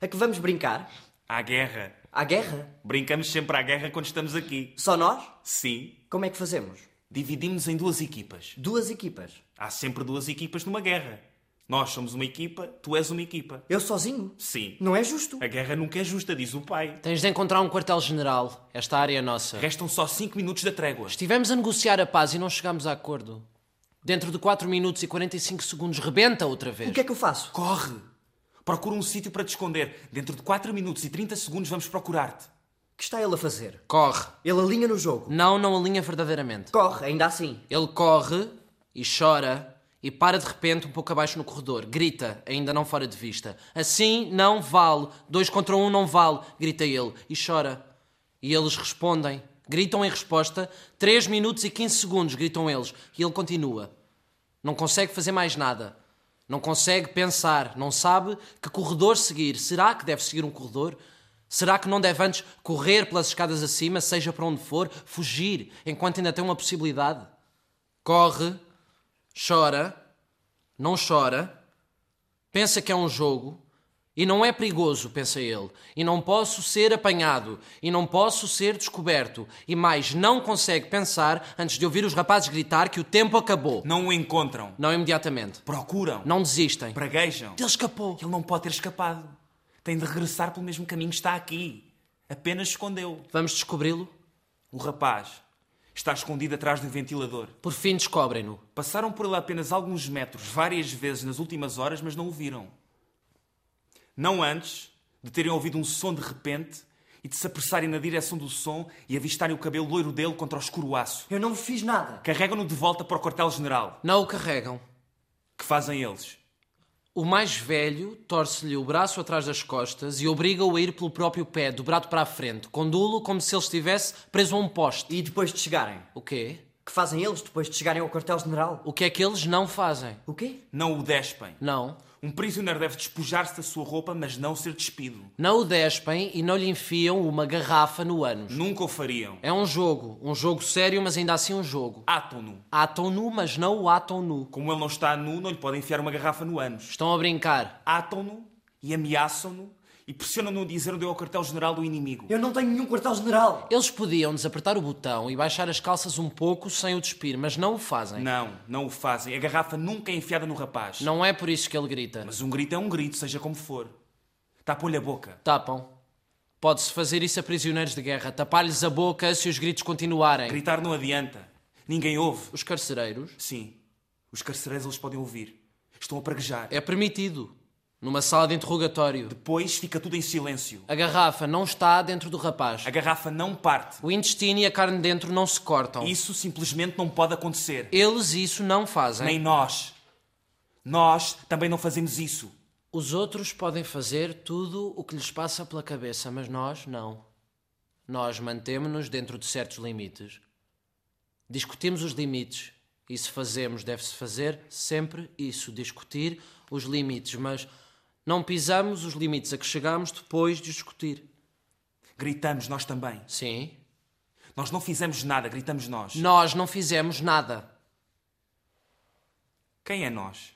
[SPEAKER 5] A que vamos brincar?
[SPEAKER 4] À guerra.
[SPEAKER 5] À guerra?
[SPEAKER 4] Brincamos sempre à guerra quando estamos aqui.
[SPEAKER 5] Só nós?
[SPEAKER 4] Sim.
[SPEAKER 5] Como é que fazemos?
[SPEAKER 4] Dividimos-nos em duas equipas.
[SPEAKER 5] Duas equipas.
[SPEAKER 4] Há sempre duas equipas numa guerra. Nós somos uma equipa, tu és uma equipa.
[SPEAKER 5] Eu sozinho?
[SPEAKER 4] Sim.
[SPEAKER 5] Não é justo.
[SPEAKER 4] A guerra nunca é justa, diz o pai.
[SPEAKER 3] Tens de encontrar um quartel-general. Esta área é nossa.
[SPEAKER 4] Restam só cinco minutos da trégua.
[SPEAKER 3] Estivemos a negociar a paz e não chegámos a acordo. Dentro de 4 minutos e 45 segundos, rebenta outra vez.
[SPEAKER 5] O que é que eu faço?
[SPEAKER 4] Corre! Procura um sítio para te esconder. Dentro de 4 minutos e 30 segundos vamos procurar-te.
[SPEAKER 5] Que está ele a fazer?
[SPEAKER 3] Corre.
[SPEAKER 5] Ele alinha no jogo.
[SPEAKER 3] Não, não alinha verdadeiramente.
[SPEAKER 5] Corre, ainda assim.
[SPEAKER 3] Ele corre e chora e para de repente um pouco abaixo no corredor. Grita, ainda não fora de vista. Assim não vale. Dois contra um não vale, grita ele e chora. E eles respondem. Gritam em resposta. 3 minutos e 15 segundos, gritam eles. E ele continua. Não consegue fazer mais nada. Não consegue pensar. Não sabe que corredor seguir. Será que deve seguir um corredor? Será que não deve antes correr pelas escadas acima, seja para onde for, fugir, enquanto ainda tem uma possibilidade? Corre, chora, não chora, pensa que é um jogo e não é perigoso, pensa ele, e não posso ser apanhado, e não posso ser descoberto, e mais, não consegue pensar antes de ouvir os rapazes gritar que o tempo acabou.
[SPEAKER 4] Não o encontram.
[SPEAKER 3] Não imediatamente.
[SPEAKER 4] Procuram.
[SPEAKER 3] Não desistem.
[SPEAKER 4] Praguejam.
[SPEAKER 3] Ele escapou.
[SPEAKER 4] Ele não pode ter escapado. Tem de regressar pelo mesmo caminho que está aqui. Apenas escondeu.
[SPEAKER 3] Vamos descobri-lo?
[SPEAKER 4] O rapaz está escondido atrás do ventilador.
[SPEAKER 3] Por fim descobrem-no.
[SPEAKER 4] Passaram por ele apenas alguns metros, várias vezes nas últimas horas, mas não o viram. Não antes de terem ouvido um som de repente e de se apressarem na direção do som e avistarem o cabelo loiro dele contra o escuro aço.
[SPEAKER 5] Eu não fiz nada.
[SPEAKER 4] Carregam-no de volta para o quartel-general.
[SPEAKER 3] Não o carregam.
[SPEAKER 4] Que fazem eles?
[SPEAKER 3] O mais velho torce-lhe o braço atrás das costas e obriga-o a ir pelo próprio pé, dobrado para a frente, condulo como se ele estivesse preso a um poste.
[SPEAKER 5] E depois de chegarem?
[SPEAKER 3] O quê?
[SPEAKER 5] Que fazem eles depois de chegarem ao quartel-general?
[SPEAKER 3] O que é que eles não fazem?
[SPEAKER 5] O quê?
[SPEAKER 4] Não o despem.
[SPEAKER 3] Não.
[SPEAKER 4] Um prisioneiro deve despojar-se da sua roupa, mas não ser despido.
[SPEAKER 3] Não o despem e não lhe enfiam uma garrafa no ânus.
[SPEAKER 4] Nunca o fariam.
[SPEAKER 3] É um jogo. Um jogo sério, mas ainda assim um jogo.
[SPEAKER 4] Atam-no.
[SPEAKER 3] Atam-no, mas não o atam-no.
[SPEAKER 4] Como ele não está nu, não lhe podem enfiar uma garrafa no ânus.
[SPEAKER 3] Estão a brincar.
[SPEAKER 4] Atam-no e ameaçam-no e pressionam-no a dizer onde é o quartel-general do inimigo.
[SPEAKER 5] Eu não tenho nenhum quartel-general.
[SPEAKER 3] Eles podiam desapertar o botão e baixar as calças um pouco sem o despir, mas não o fazem.
[SPEAKER 4] Não, não o fazem. A garrafa nunca é enfiada no rapaz.
[SPEAKER 3] Não é por isso que ele grita.
[SPEAKER 4] Mas um grito é um grito, seja como for. Tapou-lhe a boca.
[SPEAKER 3] Tapam. Pode-se fazer isso a prisioneiros de guerra, tapar-lhes a boca se os gritos continuarem.
[SPEAKER 4] Gritar não adianta. Ninguém ouve.
[SPEAKER 3] Os carcereiros?
[SPEAKER 4] Sim. Os carcereiros eles podem ouvir. Estão a praguejar.
[SPEAKER 3] É permitido. Numa sala de interrogatório.
[SPEAKER 4] Depois fica tudo em silêncio.
[SPEAKER 3] A garrafa não está dentro do rapaz.
[SPEAKER 4] A garrafa não parte.
[SPEAKER 3] O intestino e a carne dentro não se cortam.
[SPEAKER 4] Isso simplesmente não pode acontecer.
[SPEAKER 3] Eles isso não fazem.
[SPEAKER 4] Nem nós. Nós também não fazemos isso.
[SPEAKER 3] Os outros podem fazer tudo o que lhes passa pela cabeça, mas nós não. Nós mantemos-nos dentro de certos limites. Discutimos os limites. E se fazemos, deve-se fazer sempre isso, discutir os limites, mas não pisamos os limites a que chegamos depois de discutir.
[SPEAKER 4] Gritamos nós também.
[SPEAKER 3] Sim?
[SPEAKER 4] Nós não fizemos nada, gritamos nós.
[SPEAKER 3] Nós não fizemos nada.
[SPEAKER 4] Quem é nós?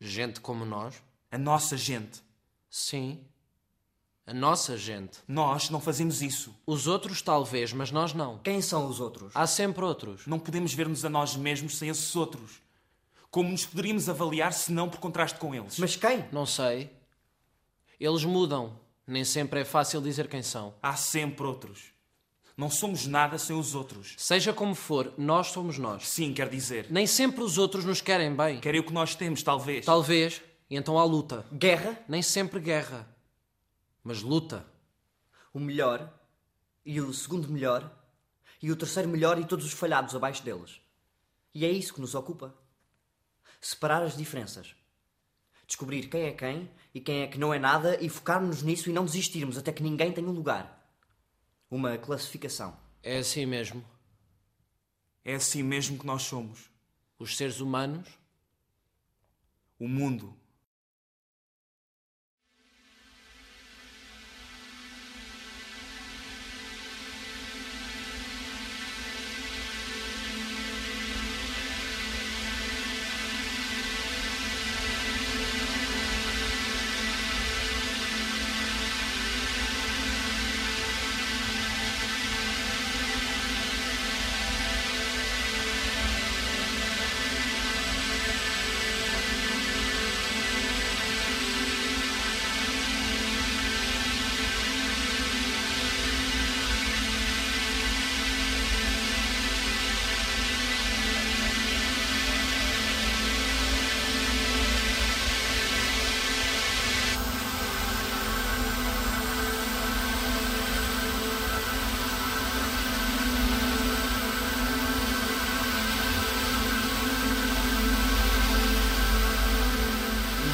[SPEAKER 3] Gente como nós?
[SPEAKER 4] A nossa gente.
[SPEAKER 3] Sim. A nossa gente.
[SPEAKER 4] Nós não fazemos isso.
[SPEAKER 3] Os outros talvez, mas nós não.
[SPEAKER 5] Quem são os outros?
[SPEAKER 3] Há sempre outros.
[SPEAKER 4] Não podemos ver-nos a nós mesmos sem esses outros. Como nos poderíamos avaliar se não por contraste com eles?
[SPEAKER 5] Mas quem?
[SPEAKER 3] Não sei. Eles mudam. Nem sempre é fácil dizer quem são.
[SPEAKER 4] Há sempre outros. Não somos nada sem os outros.
[SPEAKER 3] Seja como for, nós somos nós.
[SPEAKER 4] Sim, quer dizer.
[SPEAKER 3] Nem sempre os outros nos querem bem.
[SPEAKER 4] Querem o que nós temos, talvez.
[SPEAKER 3] Talvez, e então há luta.
[SPEAKER 5] Guerra,
[SPEAKER 3] Nem sempre guerra, mas luta.
[SPEAKER 5] o melhor, e o segundo melhor, e o terceiro melhor, e todos os falhados abaixo deles. E é isso que nos ocupa. Separar as diferenças. Descobrir quem é quem e quem é que não é nada e focarmos nisso e não desistirmos até que ninguém tenha um lugar. Uma classificação.
[SPEAKER 3] É assim mesmo.
[SPEAKER 4] É assim mesmo que nós somos.
[SPEAKER 3] Os seres humanos
[SPEAKER 4] O mundo.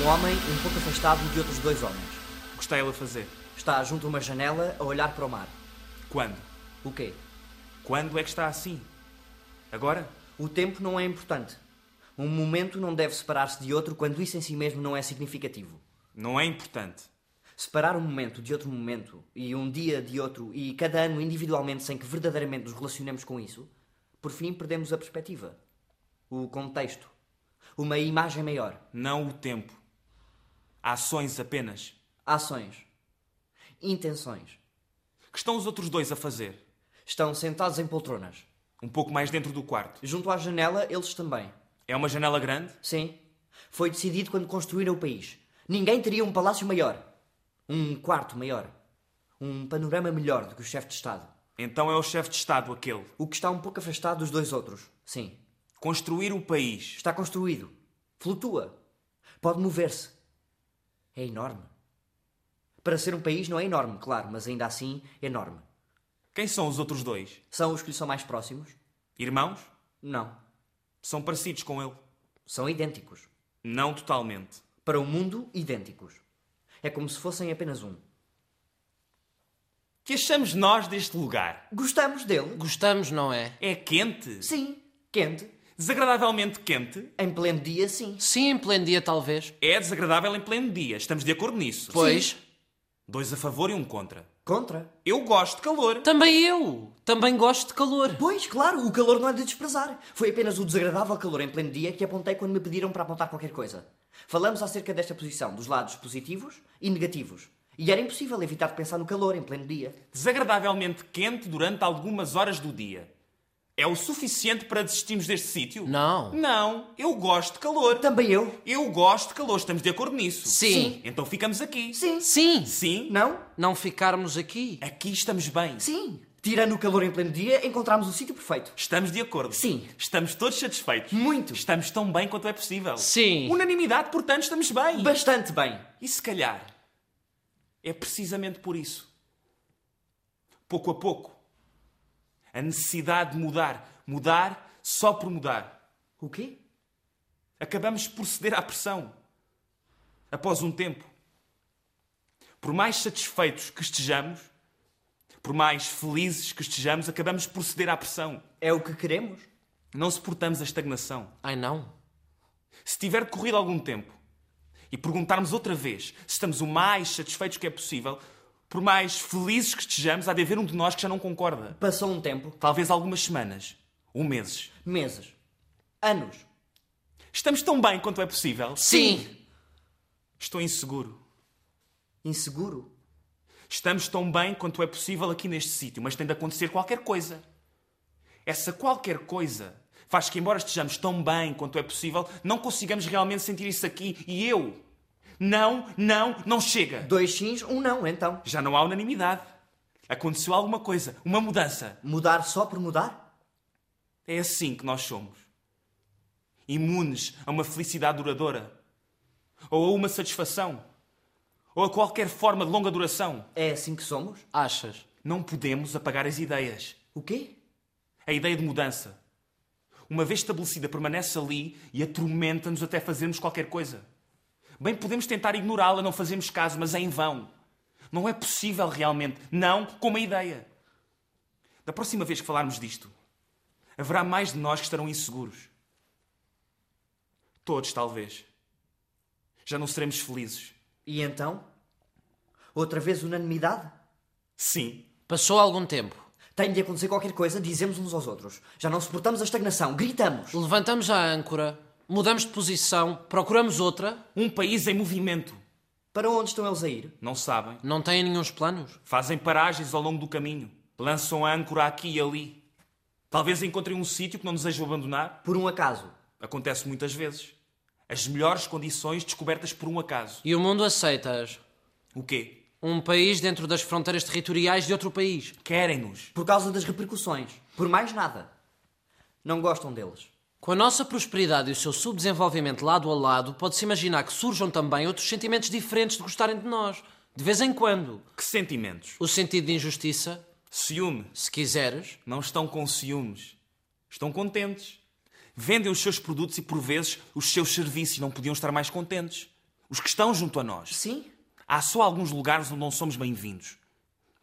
[SPEAKER 5] Um homem um pouco afastado de outros dois homens.
[SPEAKER 4] O que está ele a fazer?
[SPEAKER 5] Está junto a uma janela a olhar para o mar.
[SPEAKER 4] Quando?
[SPEAKER 5] O quê?
[SPEAKER 4] Quando é que está assim? Agora?
[SPEAKER 5] O tempo não é importante. Um momento não deve separar-se de outro quando isso em si mesmo não é significativo.
[SPEAKER 4] Não é importante.
[SPEAKER 5] Separar um momento de outro momento, e um dia de outro, e cada ano individualmente sem que verdadeiramente nos relacionemos com isso, por fim perdemos a perspectiva, o contexto, uma imagem maior,
[SPEAKER 4] Não o tempo. Ações apenas.
[SPEAKER 5] ações, intenções.
[SPEAKER 4] Que estão os outros dois a fazer?
[SPEAKER 5] Estão sentados em poltronas.
[SPEAKER 4] Um pouco mais dentro do quarto.
[SPEAKER 5] Junto à janela, eles também.
[SPEAKER 4] É uma janela grande?
[SPEAKER 5] Sim. Foi decidido quando construíram o país. Ninguém teria um palácio maior. Um quarto maior. Um panorama melhor do que o chefe de Estado.
[SPEAKER 4] Então é o chefe de Estado aquele.
[SPEAKER 5] O que está um pouco afastado dos dois outros. Sim.
[SPEAKER 4] Construir o país.
[SPEAKER 5] Está construído. Flutua. Pode mover-se. É enorme. Para ser um país não é enorme, claro, mas ainda assim enorme.
[SPEAKER 4] Quem são os outros dois?
[SPEAKER 5] São os que lhe são mais próximos?
[SPEAKER 4] Irmãos?
[SPEAKER 5] Não.
[SPEAKER 4] São parecidos com ele.
[SPEAKER 5] São idênticos.
[SPEAKER 4] Não totalmente.
[SPEAKER 5] Para o mundo, idênticos. É como se fossem apenas um.
[SPEAKER 4] Que achamos nós deste lugar?
[SPEAKER 5] Gostamos dele?
[SPEAKER 3] gostamos, não é?
[SPEAKER 4] É quente?
[SPEAKER 5] Sim. Quente.
[SPEAKER 4] Desagradavelmente quente?
[SPEAKER 5] Em pleno dia, sim.
[SPEAKER 3] Sim, em pleno dia, talvez.
[SPEAKER 4] É desagradável em pleno dia. Estamos de acordo nisso.
[SPEAKER 3] Pois.
[SPEAKER 4] Dois a favor e um contra.
[SPEAKER 5] Contra?
[SPEAKER 4] Eu gosto de calor.
[SPEAKER 3] Também eu. Também gosto de calor.
[SPEAKER 5] Pois, claro, o calor não é de desprezar. Foi apenas o desagradável calor em pleno dia que apontei quando me pediram para apontar qualquer coisa. Falamos acerca desta posição, dos lados positivos e negativos. E era impossível evitar de pensar no calor em pleno dia.
[SPEAKER 4] Desagradavelmente quente durante algumas horas do dia. É o suficiente para desistirmos deste sítio?
[SPEAKER 3] Não.
[SPEAKER 4] Não. Eu gosto de calor.
[SPEAKER 5] Também eu.
[SPEAKER 4] Eu gosto de calor. Estamos de acordo nisso?
[SPEAKER 3] Sim.
[SPEAKER 4] Então ficamos aqui.
[SPEAKER 5] Sim.
[SPEAKER 3] Sim.
[SPEAKER 4] Sim.
[SPEAKER 5] Não?
[SPEAKER 3] Não ficarmos aqui.
[SPEAKER 4] Aqui estamos bem.
[SPEAKER 5] Sim. Tirando o calor em pleno dia, encontramos o sítio perfeito.
[SPEAKER 4] Estamos de acordo.
[SPEAKER 5] Sim.
[SPEAKER 4] Estamos todos satisfeitos.
[SPEAKER 5] Muito.
[SPEAKER 4] Estamos tão bem quanto é possível.
[SPEAKER 3] Sim.
[SPEAKER 4] Unanimidade, portanto, estamos bem.
[SPEAKER 5] Bastante bem.
[SPEAKER 4] E se calhar é precisamente por isso. Pouco a pouco. A necessidade de mudar. Mudar só por mudar.
[SPEAKER 5] O quê?
[SPEAKER 4] Acabamos por ceder à pressão. Após um tempo. Por mais satisfeitos que estejamos, por mais felizes que estejamos, acabamos por ceder à pressão.
[SPEAKER 5] É o que queremos?
[SPEAKER 4] Não suportamos a estagnação.
[SPEAKER 3] Ai não.
[SPEAKER 4] Se tiver decorrido algum tempo e perguntarmos outra vez se estamos o mais satisfeitos que é possível, por mais felizes que estejamos, há de haver um de nós que já não concorda.
[SPEAKER 5] Passou um tempo,
[SPEAKER 4] Talvez algumas semanas ou meses.
[SPEAKER 5] meses, anos.
[SPEAKER 4] Estamos tão bem quanto é possível.
[SPEAKER 3] Sim.
[SPEAKER 4] Estou inseguro.
[SPEAKER 5] Inseguro?
[SPEAKER 4] Estamos tão bem quanto é possível aqui neste sítio, mas tem de acontecer qualquer coisa. Essa qualquer coisa faz que, embora estejamos tão bem quanto é possível, não consigamos realmente sentir isso aqui. E eu Não, não, não chega.
[SPEAKER 5] Dois sims, um não, então.
[SPEAKER 4] Já não há unanimidade. Aconteceu alguma coisa, uma mudança.
[SPEAKER 5] Mudar só por mudar?
[SPEAKER 4] É assim que nós somos. Imunes a uma felicidade duradoura, ou a uma satisfação, ou a qualquer forma de longa duração.
[SPEAKER 5] É assim que somos?
[SPEAKER 3] Achas?
[SPEAKER 4] Não podemos apagar as ideias.
[SPEAKER 5] O quê?
[SPEAKER 4] A ideia de mudança, uma vez estabelecida, permanece ali e atormenta-nos até fazermos qualquer coisa. Bem, podemos tentar ignorá-la, não fazermos caso, mas é em vão. Não é possível realmente, não com uma ideia. Da próxima vez que falarmos disto, haverá mais de nós que estarão inseguros. Todos, talvez. Já não seremos felizes.
[SPEAKER 5] E então? Outra vez unanimidade?
[SPEAKER 4] Sim,
[SPEAKER 3] Passou algum tempo.
[SPEAKER 5] Tem de acontecer qualquer coisa, dizemos uns aos outros. Já não suportamos a estagnação, gritamos.
[SPEAKER 3] Levantamos a âncora, mudamos de posição, procuramos outra.
[SPEAKER 4] um país em movimento.
[SPEAKER 5] Para onde estão eles a ir?
[SPEAKER 4] Não sabem.
[SPEAKER 3] Não têm nenhuns planos.
[SPEAKER 4] Fazem paragens ao longo do caminho. Lançam a âncora aqui e ali. Talvez encontrem um sítio que não desejam abandonar.
[SPEAKER 5] Por um acaso.
[SPEAKER 4] Acontece muitas vezes. As melhores condições descobertas por um acaso.
[SPEAKER 3] E o mundo aceita-as.
[SPEAKER 4] O quê?
[SPEAKER 3] Um país dentro das fronteiras territoriais de outro país.
[SPEAKER 4] Querem-nos.
[SPEAKER 5] Por causa das repercussões. Por mais nada. Não gostam deles.
[SPEAKER 3] Com a nossa prosperidade e o seu subdesenvolvimento lado a lado, pode-se imaginar que surjam também outros sentimentos diferentes de gostarem de nós. De vez em quando.
[SPEAKER 4] Que sentimentos?
[SPEAKER 3] O sentido de injustiça,
[SPEAKER 4] Ciúme.
[SPEAKER 3] se quiseres,
[SPEAKER 4] Não estão com ciúmes. Estão contentes. Vendem os seus produtos e, por vezes, os seus serviços. Não podiam estar mais contentes. Os que estão junto a nós.
[SPEAKER 5] Sim?
[SPEAKER 4] Há só alguns lugares onde não somos bem-vindos.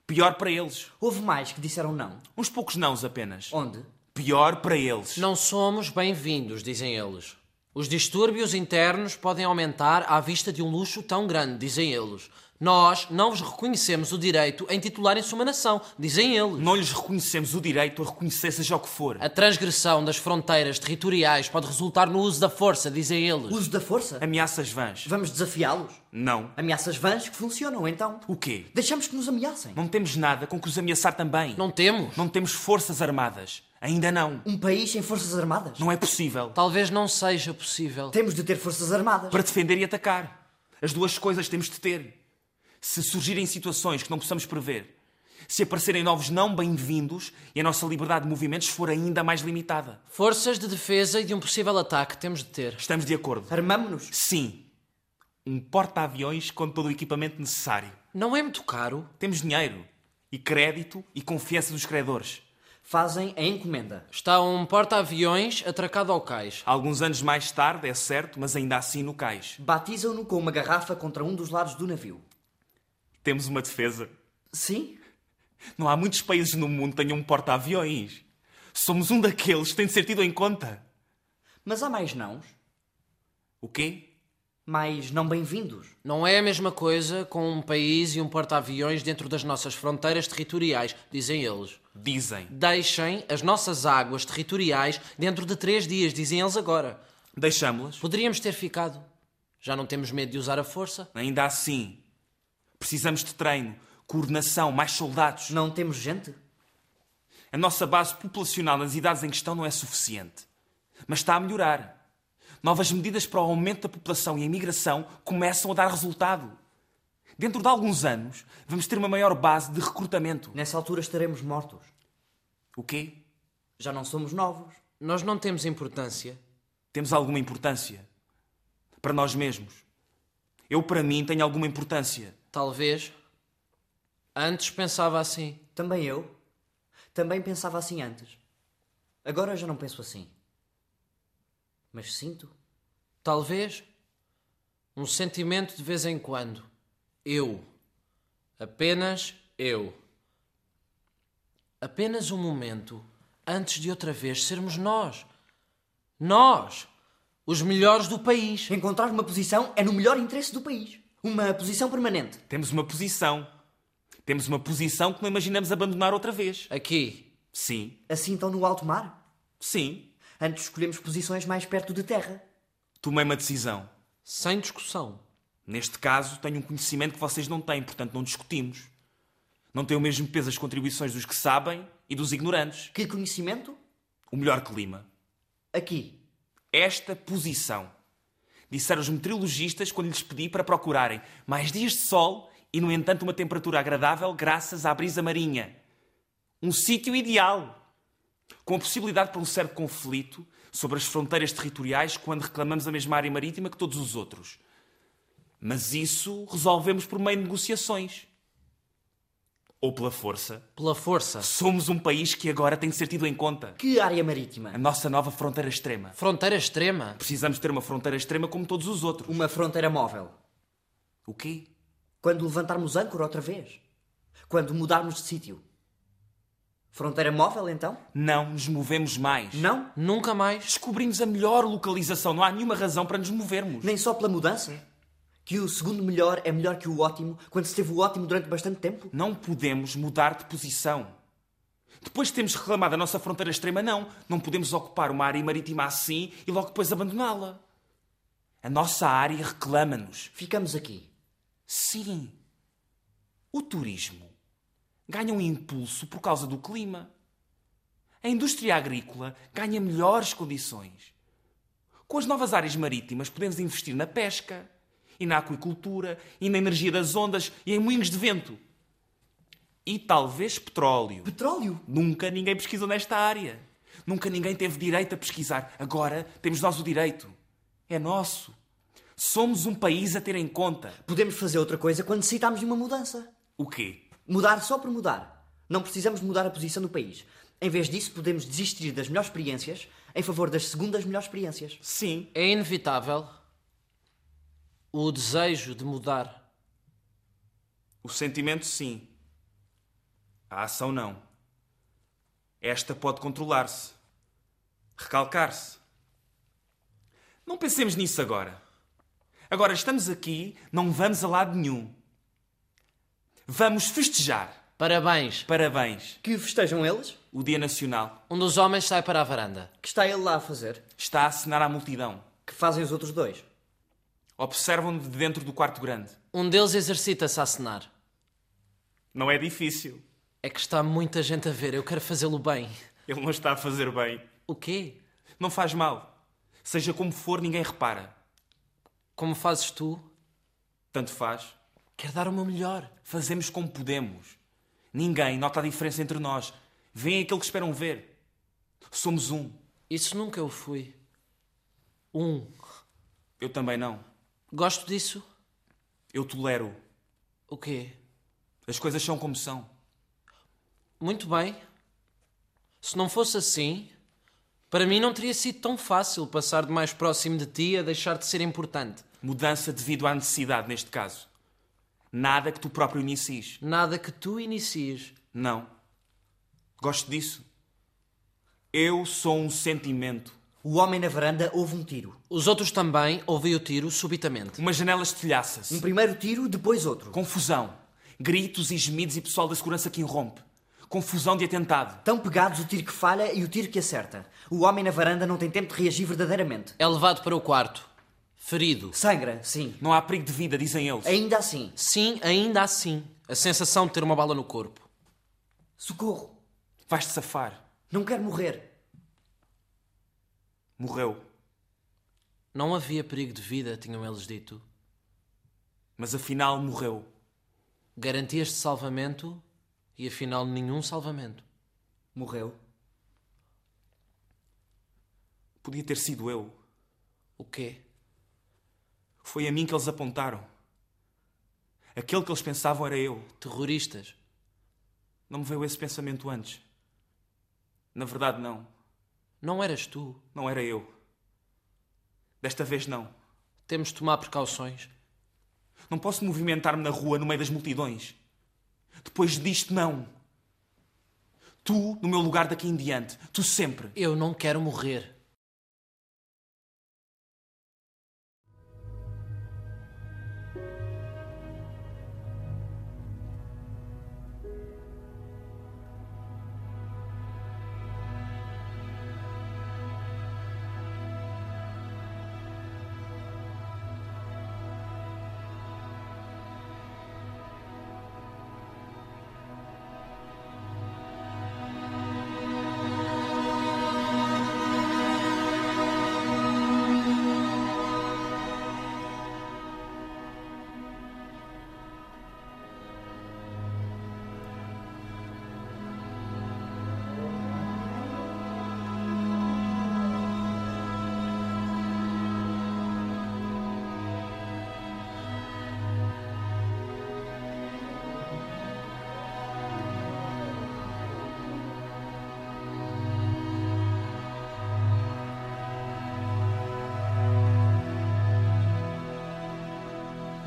[SPEAKER 4] Pior para eles.
[SPEAKER 5] Houve mais que disseram não.
[SPEAKER 4] Uns poucos nãos apenas.
[SPEAKER 5] Onde?
[SPEAKER 4] Pior para eles.
[SPEAKER 3] não somos bem-vindos, dizem eles. Os distúrbios internos podem aumentar à vista de um luxo tão grande, dizem eles. Nós não vos reconhecemos o direito a intitularem-se uma nação, dizem eles.
[SPEAKER 4] Não lhes reconhecemos o direito a reconhecer seja o que for.
[SPEAKER 3] A transgressão das fronteiras territoriais pode resultar no uso da força, dizem eles.
[SPEAKER 5] Uso da força?
[SPEAKER 4] Ameaças vãs.
[SPEAKER 5] Vamos desafiá-los?
[SPEAKER 4] Não.
[SPEAKER 5] Ameaças vãs que funcionam, então.
[SPEAKER 4] O quê?
[SPEAKER 5] Deixamos que nos ameacem.
[SPEAKER 4] Não temos nada com que os ameaçar também.
[SPEAKER 3] Não temos.
[SPEAKER 4] Não temos forças armadas. Ainda não.
[SPEAKER 5] Um país sem forças armadas?
[SPEAKER 4] Não é possível.
[SPEAKER 3] Talvez não seja possível.
[SPEAKER 5] Temos de ter forças armadas.
[SPEAKER 4] Para defender e atacar. As duas coisas temos de ter. Se surgirem situações que não possamos prever, se aparecerem novos não bem-vindos e a nossa liberdade de movimentos for ainda mais limitada.
[SPEAKER 3] Forças de defesa e de um possível ataque temos de ter.
[SPEAKER 4] Estamos de acordo?
[SPEAKER 5] Armamo-nos.
[SPEAKER 4] Sim. Um porta-aviões com todo o equipamento necessário.
[SPEAKER 3] Não é muito caro?
[SPEAKER 4] Temos dinheiro e crédito e confiança dos credores.
[SPEAKER 5] Fazem a encomenda.
[SPEAKER 3] Está um porta-aviões atracado ao cais.
[SPEAKER 4] Alguns anos mais tarde, é certo, mas ainda assim no cais.
[SPEAKER 5] Batizam-no com uma garrafa contra um dos lados do navio.
[SPEAKER 4] Temos uma defesa.
[SPEAKER 5] Sim?
[SPEAKER 4] Não há muitos países no mundo que tenham um porta-aviões. Somos um daqueles que tem de ser tido em conta.
[SPEAKER 5] Mas há mais nãos.
[SPEAKER 4] O quê?
[SPEAKER 5] Mais não bem-vindos.
[SPEAKER 3] Não é a mesma coisa com um país e um porta-aviões dentro das nossas fronteiras territoriais, dizem eles.
[SPEAKER 4] Dizem.
[SPEAKER 3] Deixem as nossas águas territoriais dentro de três dias, dizem eles agora.
[SPEAKER 4] Deixámo-las.
[SPEAKER 3] Poderíamos ter ficado. Já não temos medo de usar a força?
[SPEAKER 4] Ainda assim. Precisamos de treino, coordenação, mais soldados.
[SPEAKER 5] Não temos gente?
[SPEAKER 4] A nossa base populacional nas idades em questão não é suficiente. Mas está a melhorar. Novas medidas para o aumento da população e a imigração começam a dar resultado. Dentro de alguns anos, vamos ter uma maior base de recrutamento.
[SPEAKER 5] Nessa altura estaremos mortos.
[SPEAKER 4] O quê?
[SPEAKER 5] Já não somos novos.
[SPEAKER 3] Nós não temos importância.
[SPEAKER 4] Temos alguma importância? Para nós mesmos. Eu, para mim, tenho alguma importância.
[SPEAKER 3] Talvez. Antes pensava assim.
[SPEAKER 5] Também eu. Também pensava assim antes. Agora já não penso assim. Mas sinto.
[SPEAKER 3] Talvez um sentimento de vez em quando. Eu. Apenas eu. Apenas um momento antes de outra vez sermos nós. Nós, os melhores do país.
[SPEAKER 5] Encontrar uma posição é no melhor interesse do país. Uma posição permanente.
[SPEAKER 4] Temos uma posição. Temos uma posição que não imaginamos abandonar outra vez.
[SPEAKER 3] Aqui.
[SPEAKER 4] Sim.
[SPEAKER 5] Assim estão no alto mar.
[SPEAKER 4] Sim.
[SPEAKER 5] Antes escolhemos posições mais perto de terra.
[SPEAKER 4] Tomei uma decisão.
[SPEAKER 3] Sem discussão.
[SPEAKER 4] Neste caso, tenho um conhecimento que vocês não têm, portanto não discutimos. Não tem o mesmo peso as contribuições dos que sabem e dos ignorantes.
[SPEAKER 5] Que conhecimento?
[SPEAKER 4] O melhor clima.
[SPEAKER 5] Aqui.
[SPEAKER 4] Esta posição. Disseram os meteorologistas quando lhes pedi para procurarem mais dias de sol e, no entanto, uma temperatura agradável graças à brisa marinha. Um sítio ideal! Com a possibilidade para um certo conflito sobre as fronteiras territoriais quando reclamamos a mesma área marítima que todos os outros. Mas isso resolvemos por meio de negociações. Ou pela força.
[SPEAKER 3] Pela força.
[SPEAKER 4] Somos um país que agora tem de ser tido em conta.
[SPEAKER 5] Que área
[SPEAKER 4] A
[SPEAKER 5] marítima?
[SPEAKER 4] nossa nova fronteira extrema.
[SPEAKER 3] Fronteira extrema.
[SPEAKER 4] Precisamos ter uma fronteira extrema como todos os outros.
[SPEAKER 5] Uma fronteira móvel.
[SPEAKER 4] O quê?
[SPEAKER 5] Quando levantarmos âncora outra vez. Quando mudarmos de sítio. Fronteira móvel, então?
[SPEAKER 4] Não nos movemos mais.
[SPEAKER 5] Não?
[SPEAKER 3] Nunca mais.
[SPEAKER 4] Descobrimos a melhor localização. Não há nenhuma razão para nos movermos.
[SPEAKER 5] Nem só pela mudança? Que o segundo melhor é melhor que o ótimo quando se teve o ótimo durante bastante tempo?
[SPEAKER 4] Não podemos mudar de posição. Depois de termos reclamado a nossa fronteira extrema, não. Não podemos ocupar uma área marítima assim e logo depois abandoná-la. A nossa área reclama-nos.
[SPEAKER 5] Ficamos aqui.
[SPEAKER 4] Sim. O turismo ganha um impulso por causa do clima. A indústria agrícola ganha melhores condições. Com as novas áreas marítimas, podemos investir na pesca, e na aquicultura, e na energia das ondas, e em moinhos de vento. E talvez petróleo.
[SPEAKER 5] Petróleo?
[SPEAKER 4] Nunca ninguém pesquisou nesta área. Nunca ninguém teve direito a pesquisar. Agora temos nós o direito. É nosso. Somos um país a ter em conta.
[SPEAKER 5] Podemos fazer outra coisa quando necessitamos de uma mudança.
[SPEAKER 4] O quê?
[SPEAKER 5] Mudar só por mudar. Não precisamos mudar a posição do país. Em vez disso, podemos desistir das melhores experiências em favor das segundas melhores experiências.
[SPEAKER 4] Sim.
[SPEAKER 3] É inevitável o desejo de mudar.
[SPEAKER 4] O sentimento, sim. A ação, não. Esta pode controlar-se. Recalcar-se. Não pensemos nisso agora. Agora estamos aqui, não vamos a lado nenhum. Vamos festejar.
[SPEAKER 3] Parabéns.
[SPEAKER 4] Parabéns.
[SPEAKER 5] Que festejam eles?
[SPEAKER 4] O Dia Nacional
[SPEAKER 3] Um dos homens sai para a varanda.
[SPEAKER 5] Que está ele lá a fazer?
[SPEAKER 4] está a acenar à multidão.
[SPEAKER 5] Que fazem os outros dois?
[SPEAKER 4] Observam-no de dentro do quarto grande.
[SPEAKER 3] Um deles exercita-se a acenar.
[SPEAKER 4] Não é difícil.
[SPEAKER 3] É que está muita gente a ver. Eu quero fazê-lo bem.
[SPEAKER 4] Ele não está a fazer bem.
[SPEAKER 3] O quê?
[SPEAKER 4] Não faz mal. Seja como for, ninguém repara.
[SPEAKER 3] Como fazes tu?
[SPEAKER 4] Tanto faz.
[SPEAKER 3] Quero dar o meu melhor.
[SPEAKER 4] Fazemos como podemos. Ninguém nota a diferença entre nós. Vêem aquilo que esperam ver. Somos um.
[SPEAKER 3] Isso nunca eu fui. Um.
[SPEAKER 4] Eu também não.
[SPEAKER 3] Gosto disso?
[SPEAKER 4] Eu tolero.
[SPEAKER 3] O quê?
[SPEAKER 4] As coisas são como são.
[SPEAKER 3] Muito bem. Se não fosse assim, para mim não teria sido tão fácil passar de mais próximo de ti a deixar de ser importante.
[SPEAKER 4] Mudança devido à necessidade, neste caso. Nada que tu próprio inicies.
[SPEAKER 3] Nada que tu inicies.
[SPEAKER 4] Não. Gosto disso. Eu sou um sentimento.
[SPEAKER 5] O homem na varanda houve um tiro.
[SPEAKER 3] Os outros também ouvem o tiro subitamente.
[SPEAKER 4] Uma janela
[SPEAKER 5] Um
[SPEAKER 4] estilhaça-se.
[SPEAKER 5] primeiro tiro, depois outro.
[SPEAKER 4] Confusão. Gritos e gemidos e pessoal da segurança que irrompe. Confusão de atentado.
[SPEAKER 5] Tão pegados o tiro que falha e o tiro que acerta. O homem na varanda não tem tempo de reagir verdadeiramente.
[SPEAKER 3] É levado para o quarto. Ferido.
[SPEAKER 5] Sangra, sim.
[SPEAKER 4] Não há perigo de vida, dizem eles.
[SPEAKER 5] Ainda assim.
[SPEAKER 3] Sim, ainda assim. A sensação de ter uma bala no corpo.
[SPEAKER 5] Socorro.
[SPEAKER 4] Vais-te safar.
[SPEAKER 5] Não quero morrer.
[SPEAKER 4] Morreu.
[SPEAKER 3] Não havia perigo de vida, tinham eles dito.
[SPEAKER 4] Mas afinal morreu.
[SPEAKER 3] Garantias de salvamento e afinal nenhum salvamento.
[SPEAKER 5] Morreu.
[SPEAKER 4] Podia ter sido eu.
[SPEAKER 3] O quê?
[SPEAKER 4] Foi a mim que eles apontaram. Aquele que eles pensavam era eu.
[SPEAKER 3] Terroristas.
[SPEAKER 4] Não me veio esse pensamento antes. Na verdade, não.
[SPEAKER 3] Não eras tu.
[SPEAKER 4] Não era eu. Desta vez, não.
[SPEAKER 3] Temos de tomar precauções.
[SPEAKER 4] Não posso movimentar-me na rua no meio das multidões. Depois disto, não. Tu, no meu lugar daqui em diante. Tu sempre.
[SPEAKER 3] Eu não quero morrer.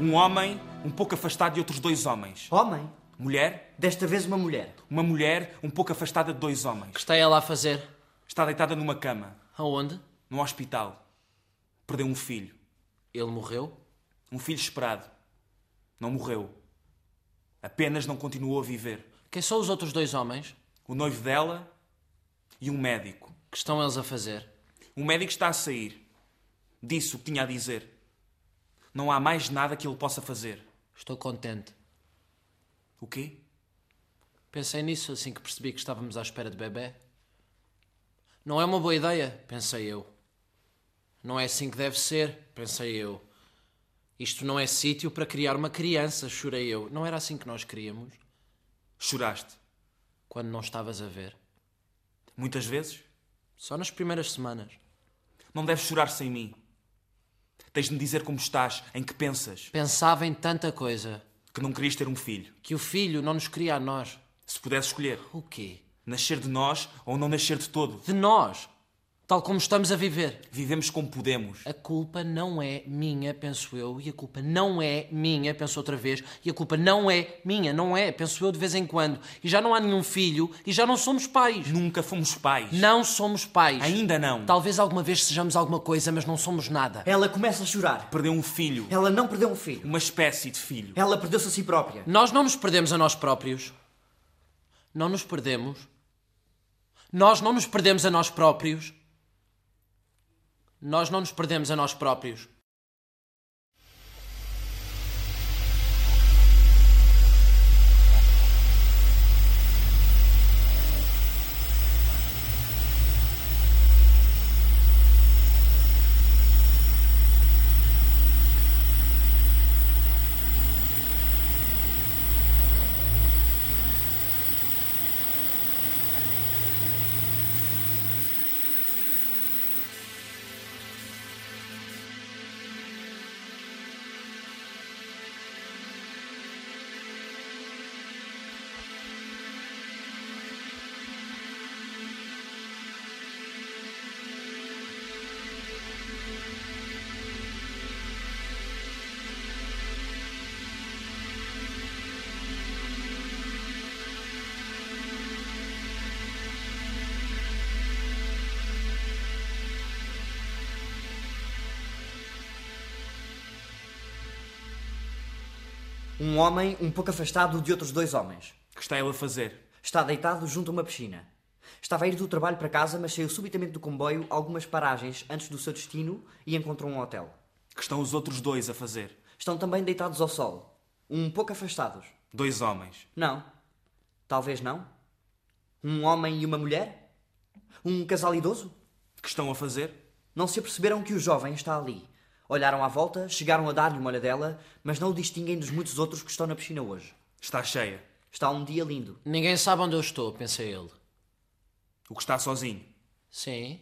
[SPEAKER 4] Um homem um pouco afastado de outros dois homens.
[SPEAKER 5] Homem?
[SPEAKER 4] Mulher,
[SPEAKER 5] Desta vez uma mulher.
[SPEAKER 4] uma mulher um pouco afastada de dois
[SPEAKER 3] que
[SPEAKER 4] homens.
[SPEAKER 3] está ela a fazer?
[SPEAKER 4] Está deitada numa cama,
[SPEAKER 3] Aonde?
[SPEAKER 4] num hospital. Perdeu um filho.
[SPEAKER 3] Ele morreu?
[SPEAKER 4] Um filho esperado. Não morreu. Apenas não continuou a viver.
[SPEAKER 3] Quem são os outros dois homens?
[SPEAKER 4] O noivo dela e um médico.
[SPEAKER 3] Que estão eles a fazer?
[SPEAKER 4] O médico está a sair. Disse o que tinha a dizer. Não há mais nada que ele possa fazer.
[SPEAKER 3] Estou contente.
[SPEAKER 4] O quê?
[SPEAKER 3] Pensei nisso assim que percebi que estávamos à espera de bebê. Não é uma boa ideia, pensei eu. Não é assim que deve ser, pensei eu. Isto não é sítio para criar uma criança, chorei eu. Não era assim que nós queríamos,
[SPEAKER 4] Choraste?
[SPEAKER 3] quando não estavas a ver.
[SPEAKER 4] Muitas vezes?
[SPEAKER 3] Só nas primeiras semanas.
[SPEAKER 4] Não deves chorar sem mim. Tens de me dizer como estás, em que pensas,
[SPEAKER 3] Pensava em tanta coisa
[SPEAKER 4] que não querias ter um filho.
[SPEAKER 3] que o filho não nos queria a nós.
[SPEAKER 4] Se pudesse escolher,
[SPEAKER 3] O quê?
[SPEAKER 4] nascer de nós ou não nascer de todo.
[SPEAKER 3] De nós, tal como estamos a viver.
[SPEAKER 4] Vivemos como podemos.
[SPEAKER 3] A culpa não é minha, penso eu, e a culpa não é minha, penso outra vez, e a culpa não é minha, não é, penso eu de vez em quando. E já não há nenhum filho, e já não somos pais.
[SPEAKER 4] Nunca fomos pais.
[SPEAKER 3] Não somos pais.
[SPEAKER 4] Ainda não.
[SPEAKER 3] Talvez alguma vez sejamos alguma coisa, mas não somos nada.
[SPEAKER 5] Ela começa a chorar.
[SPEAKER 4] Perdeu um filho.
[SPEAKER 5] Ela não perdeu um É filho.
[SPEAKER 4] Uma espécie de filho.
[SPEAKER 5] Ela perdeu-se a si própria.
[SPEAKER 3] Nós não nos perdemos a nós próprios. Não nos perdemos. Nós não nos perdemos a nós próprios. Nós não nos perdemos a nós próprios.
[SPEAKER 5] Um homem um pouco afastado de outros dois homens.
[SPEAKER 4] Que está ele a fazer?
[SPEAKER 5] Está deitado junto a uma piscina. Estava a ir do trabalho para casa, mas saiu subitamente do comboio a algumas paragens antes do seu destino e encontrou um hotel.
[SPEAKER 4] Que estão os outros dois a fazer?
[SPEAKER 5] Estão também deitados ao sol. Um pouco afastados.
[SPEAKER 4] Dois homens.
[SPEAKER 5] Não. Talvez não. Um homem e uma mulher? Um casal idoso?
[SPEAKER 4] Que estão a fazer?
[SPEAKER 5] Não se aperceberam que o jovem está ali. Olharam à volta, chegaram a dar-lhe uma olhadela, mas não o distinguem dos muitos outros que estão na piscina hoje.
[SPEAKER 4] Está cheia.
[SPEAKER 5] Está um dia lindo.
[SPEAKER 3] Ninguém sabe onde eu estou, pensei ele.
[SPEAKER 4] O que está sozinho.
[SPEAKER 3] Sim?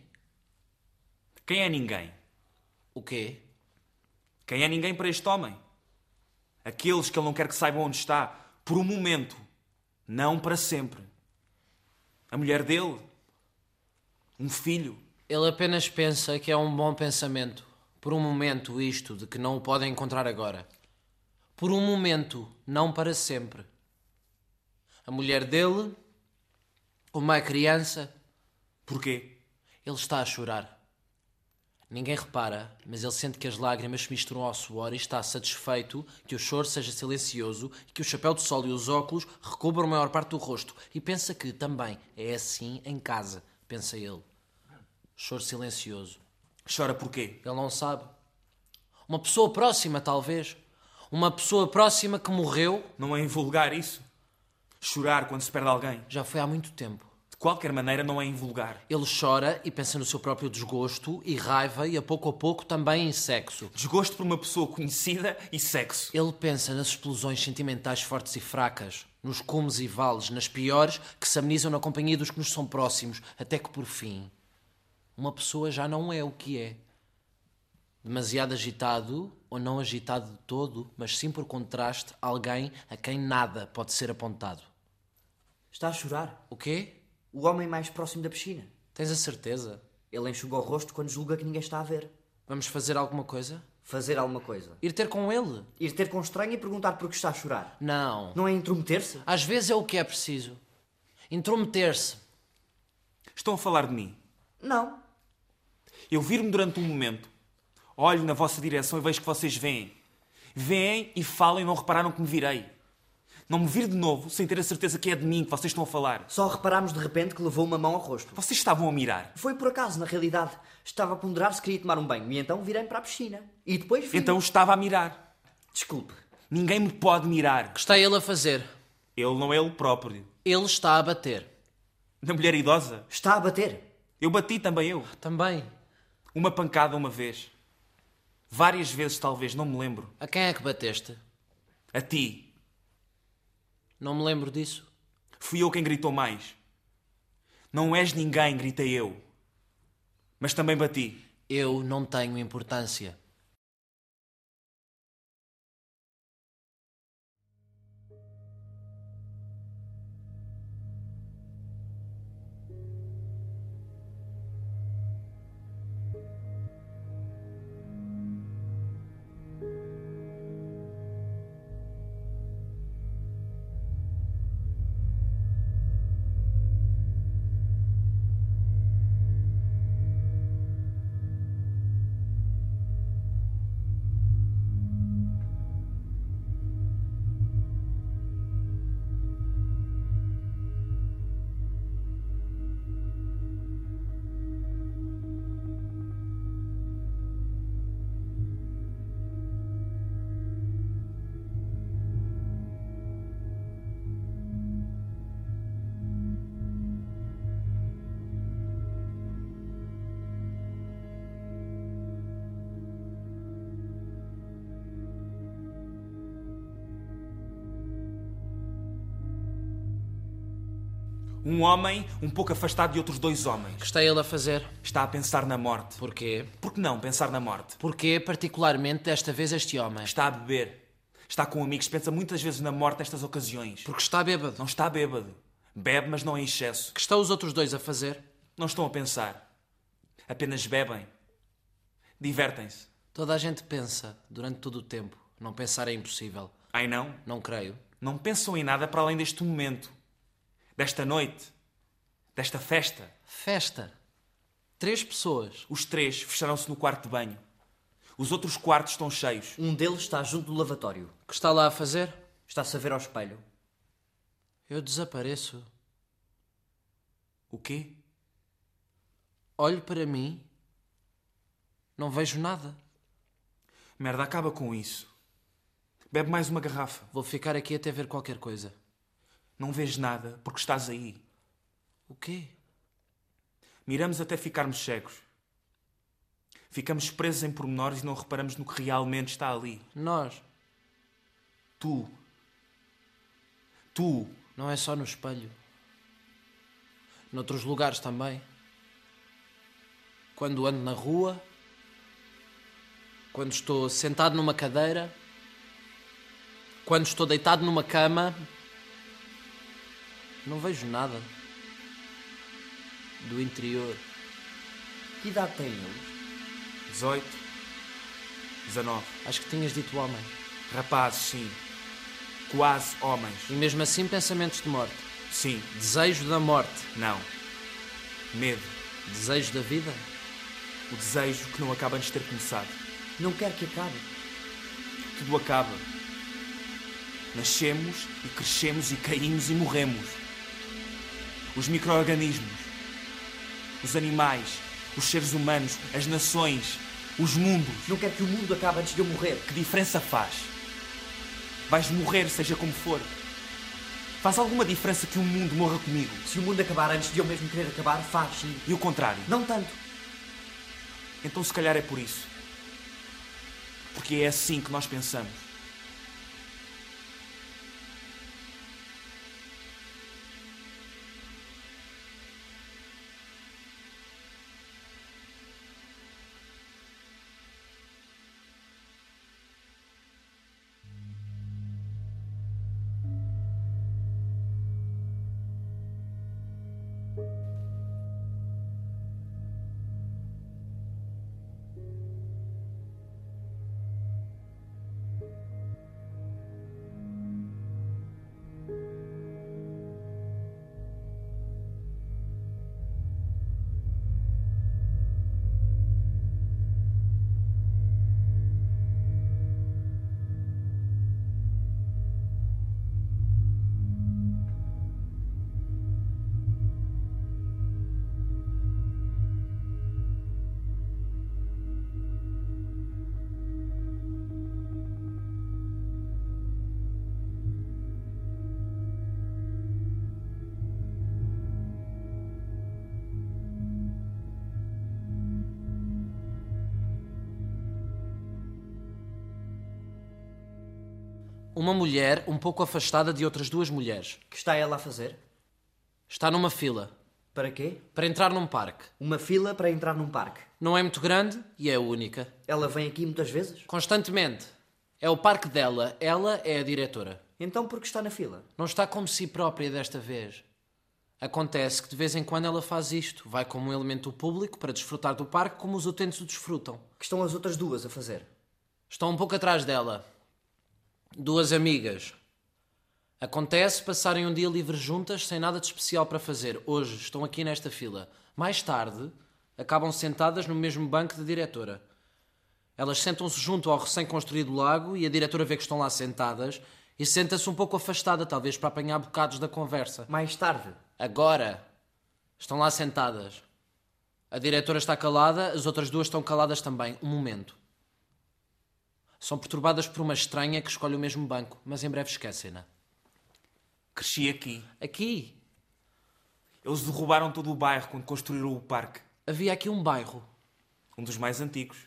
[SPEAKER 4] Quem é ninguém?
[SPEAKER 3] O quê?
[SPEAKER 4] Quem é ninguém para este homem? Aqueles que ele não quer que saibam onde está, por um momento, não para sempre. A mulher dele, um filho,
[SPEAKER 3] Ele apenas pensa que é um bom pensamento. Por um momento, isto de que não o podem encontrar agora. Por um momento, não para sempre. A mulher dele, uma criança,
[SPEAKER 4] porquê?
[SPEAKER 3] ele está a chorar. Ninguém repara, mas ele sente que as lágrimas se misturam ao suor e está satisfeito que o choro seja silencioso e que o chapéu de sol e os óculos recubram a maior parte do rosto. E pensa que também é assim em casa, pensa ele. Choro silencioso.
[SPEAKER 4] Chora porquê?
[SPEAKER 3] Ele não sabe. Uma pessoa próxima, talvez. Uma pessoa próxima que morreu
[SPEAKER 4] Não é invulgar isso? Chorar quando se perde alguém,
[SPEAKER 3] já foi há muito tempo.
[SPEAKER 4] de qualquer maneira, não é invulgar.
[SPEAKER 3] Ele chora e pensa no seu próprio desgosto e raiva e a pouco a pouco também em sexo.
[SPEAKER 4] Desgosto por uma pessoa conhecida e sexo.
[SPEAKER 3] Ele pensa nas explosões sentimentais fortes e fracas, nos cumes e vales, nas piores que se amenizam na companhia dos que nos são próximos, até que por fim, uma pessoa já não é o que é. Demasiado agitado, ou não agitado de todo, mas sim por contraste, alguém a quem nada pode ser apontado.
[SPEAKER 5] Está a chorar.
[SPEAKER 3] O quê?
[SPEAKER 5] O homem mais próximo da piscina.
[SPEAKER 3] Tens a certeza?
[SPEAKER 5] Ele enxuga o rosto quando julga que ninguém está a ver.
[SPEAKER 3] Vamos fazer alguma coisa?
[SPEAKER 5] Fazer alguma coisa.
[SPEAKER 3] Ir ter com ele?
[SPEAKER 5] Ir ter com um estranho e perguntar por que está a chorar.
[SPEAKER 3] Não.
[SPEAKER 5] Não é intrometer-se?
[SPEAKER 3] Às vezes é o que é preciso. Intrometer-se.
[SPEAKER 4] Estão a falar de mim.
[SPEAKER 5] Não.
[SPEAKER 4] Eu viro-me durante um momento, olho na vossa direção e vejo que vocês vêm. Vêm e falam e não repararam que me virei. Não me viro de novo sem ter a certeza que é de mim que vocês estão a falar.
[SPEAKER 5] Só reparámos de repente que levou uma mão ao rosto.
[SPEAKER 4] Vocês estavam a mirar.
[SPEAKER 5] Foi por acaso, na realidade. Estava a ponderar se queria tomar um banho e então virei para a piscina. E depois vi.
[SPEAKER 4] Então eu estava a mirar.
[SPEAKER 5] Desculpe.
[SPEAKER 4] Ninguém me pode mirar.
[SPEAKER 3] O que está ele a fazer?
[SPEAKER 4] Ele não é ele próprio.
[SPEAKER 3] Ele está a bater.
[SPEAKER 4] Na mulher idosa.
[SPEAKER 5] Está a bater.
[SPEAKER 4] Eu bati também eu.
[SPEAKER 3] Também.
[SPEAKER 4] Uma pancada uma vez. Várias vezes talvez, não me lembro.
[SPEAKER 3] A quem é que bateste?
[SPEAKER 4] A ti.
[SPEAKER 3] Não me lembro disso.
[SPEAKER 4] Fui eu quem gritou mais. Não és ninguém, gritei eu. Mas também bati.
[SPEAKER 3] Eu não tenho importância.
[SPEAKER 4] Um homem um pouco afastado de outros dois
[SPEAKER 3] O
[SPEAKER 4] homens.
[SPEAKER 3] que está ele a fazer?
[SPEAKER 4] Está a pensar na morte.
[SPEAKER 3] Porquê?
[SPEAKER 4] Por que não pensar na morte?
[SPEAKER 3] Porquê, particularmente, desta vez este homem?
[SPEAKER 4] Está a beber. Está com amigos, pensa muitas vezes na morte nestas ocasiões.
[SPEAKER 3] Porque está bêbado.
[SPEAKER 4] Não está bêbado. Bebe, mas não em excesso.
[SPEAKER 3] O que estão os outros dois a fazer?
[SPEAKER 4] Não estão a pensar. Apenas bebem. Divertem-se.
[SPEAKER 3] Toda a gente pensa, durante todo o tempo. Não pensar é impossível.
[SPEAKER 4] Ai não?
[SPEAKER 3] Não creio.
[SPEAKER 4] Não pensam em nada para além deste momento. Desta noite. Desta festa.
[SPEAKER 3] Festa. Três pessoas.
[SPEAKER 4] Os três fecharam-se no quarto de banho. Os outros quartos estão cheios.
[SPEAKER 5] Um deles está junto do lavatório.
[SPEAKER 3] O que está lá a fazer?
[SPEAKER 5] Está-se a ver ao espelho.
[SPEAKER 3] Eu desapareço.
[SPEAKER 4] O quê?
[SPEAKER 3] Olho para mim. Não vejo nada.
[SPEAKER 4] Merda, acaba com isso. Bebe mais uma garrafa.
[SPEAKER 3] Vou ficar aqui até ver qualquer coisa.
[SPEAKER 4] Não vês nada porque estás aí.
[SPEAKER 3] O quê?
[SPEAKER 4] Miramos até ficarmos cegos. Ficamos presos em pormenores e não reparamos no que realmente está ali.
[SPEAKER 3] Nós.
[SPEAKER 4] Tu. Tu.
[SPEAKER 3] Não é só no espelho. Noutros lugares também. Quando ando na rua. Quando estou sentado numa cadeira. Quando estou deitado numa cama. Não vejo nada. Do interior.
[SPEAKER 5] Que idade tem ele?
[SPEAKER 4] 18. 19.
[SPEAKER 3] Acho que tinhas dito homem.
[SPEAKER 4] Rapazes, sim. Quase homens.
[SPEAKER 3] E mesmo assim, pensamentos de morte.
[SPEAKER 4] Sim.
[SPEAKER 3] Desejo da morte.
[SPEAKER 4] Não. Medo.
[SPEAKER 3] Desejo da vida.
[SPEAKER 4] O desejo que não acaba antes de ter começado.
[SPEAKER 5] Não quer que acabe.
[SPEAKER 4] Tudo acaba. Nascemos e crescemos e caímos e morremos. Os micro-organismos, os animais, os seres humanos, as nações, os mundos.
[SPEAKER 5] Não quer que o mundo acabe antes de eu morrer.
[SPEAKER 4] Que diferença faz? Vais morrer, seja como for. Faz alguma diferença que o mundo morra comigo?
[SPEAKER 5] Se o mundo acabar antes de eu mesmo querer acabar, faz sim.
[SPEAKER 4] E o contrário?
[SPEAKER 5] Não tanto.
[SPEAKER 4] Então se calhar é por isso. Porque é assim que nós pensamos.
[SPEAKER 3] Uma mulher um pouco afastada de outras duas mulheres.
[SPEAKER 5] Que está ela a fazer?
[SPEAKER 3] Está numa fila
[SPEAKER 5] Para quê?
[SPEAKER 3] para entrar num parque.
[SPEAKER 5] Uma fila para entrar num parque.
[SPEAKER 3] Não é muito grande e é única.
[SPEAKER 5] Ela vem aqui muitas vezes?
[SPEAKER 3] Constantemente. É o parque dela, ela é a diretora.
[SPEAKER 5] Então por que está na fila?
[SPEAKER 3] Não está como si própria desta vez. Acontece que de vez em quando ela faz isto. Vai como um elemento público para desfrutar do parque como os utentes o desfrutam.
[SPEAKER 5] Que estão as outras duas a fazer?
[SPEAKER 3] Estão um pouco atrás dela. Duas amigas. Acontece passarem um dia livre juntas sem nada de especial para fazer. Hoje estão aqui nesta fila. Mais tarde, acabam sentadas no mesmo banco da diretora. Elas sentam-se junto ao recém-construído lago e a diretora vê que estão lá sentadas e senta-se um pouco afastada, talvez para apanhar bocados da conversa.
[SPEAKER 5] Mais tarde.
[SPEAKER 3] Agora estão lá sentadas. A diretora está calada, as outras duas estão caladas também. Um momento. São perturbadas por uma estranha que escolhe o mesmo banco, mas em breve esquecem-na.
[SPEAKER 4] Cresci aqui.
[SPEAKER 3] Aqui
[SPEAKER 4] Eles derrubaram todo o bairro quando construíram o parque.
[SPEAKER 3] havia aqui um bairro.
[SPEAKER 4] Um dos mais antigos.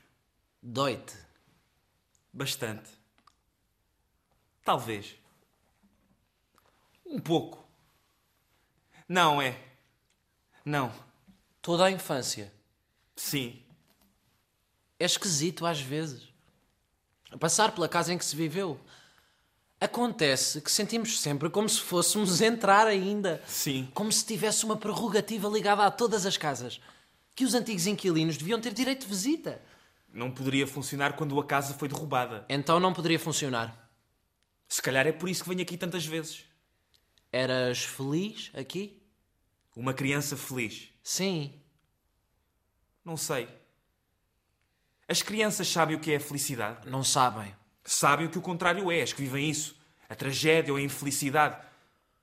[SPEAKER 3] Doite.
[SPEAKER 4] Bastante. Talvez. Um pouco. Não é. Não.
[SPEAKER 3] Toda a infância.
[SPEAKER 4] Sim.
[SPEAKER 3] É esquisito às vezes. Passar pela casa em que se viveu. Acontece que sentimos sempre como se fôssemos entrar ainda.
[SPEAKER 4] Sim.
[SPEAKER 3] Como se tivesse uma prerrogativa ligada a todas as casas. Que os antigos inquilinos deviam ter direito de visita.
[SPEAKER 4] Não poderia funcionar quando a casa foi derrubada.
[SPEAKER 3] Então não poderia funcionar.
[SPEAKER 4] Se calhar é por isso que venho aqui tantas vezes.
[SPEAKER 3] Eras feliz aqui?
[SPEAKER 4] Uma criança feliz.
[SPEAKER 3] Sim.
[SPEAKER 4] Não sei. As crianças sabem o que é a felicidade.
[SPEAKER 3] Não sabem.
[SPEAKER 4] Sabem o que o contrário é, as que vivem isso. A tragédia ou a infelicidade.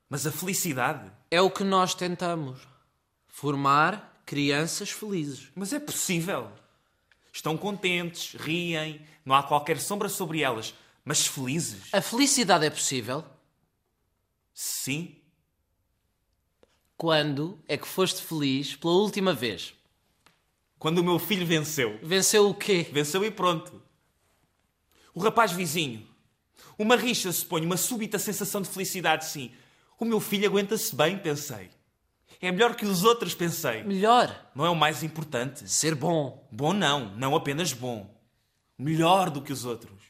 [SPEAKER 4] Mas a felicidade.
[SPEAKER 3] É o que nós tentamos. Formar crianças felizes.
[SPEAKER 4] Mas é possível. Estão contentes, riem, não há qualquer sombra sobre elas, mas felizes.
[SPEAKER 3] A felicidade é possível
[SPEAKER 4] Sim.
[SPEAKER 3] quando é que foste feliz pela última vez.
[SPEAKER 4] Quando o meu filho venceu.
[SPEAKER 3] Venceu o quê?
[SPEAKER 4] Venceu e pronto. O rapaz vizinho. Uma rixa, suponho, uma súbita sensação de felicidade, sim. O meu filho aguenta-se bem, pensei. É melhor que os outros, pensei.
[SPEAKER 3] Melhor.
[SPEAKER 4] Não é o mais importante.
[SPEAKER 3] Ser bom.
[SPEAKER 4] Bom não, não apenas bom. Melhor do que os outros.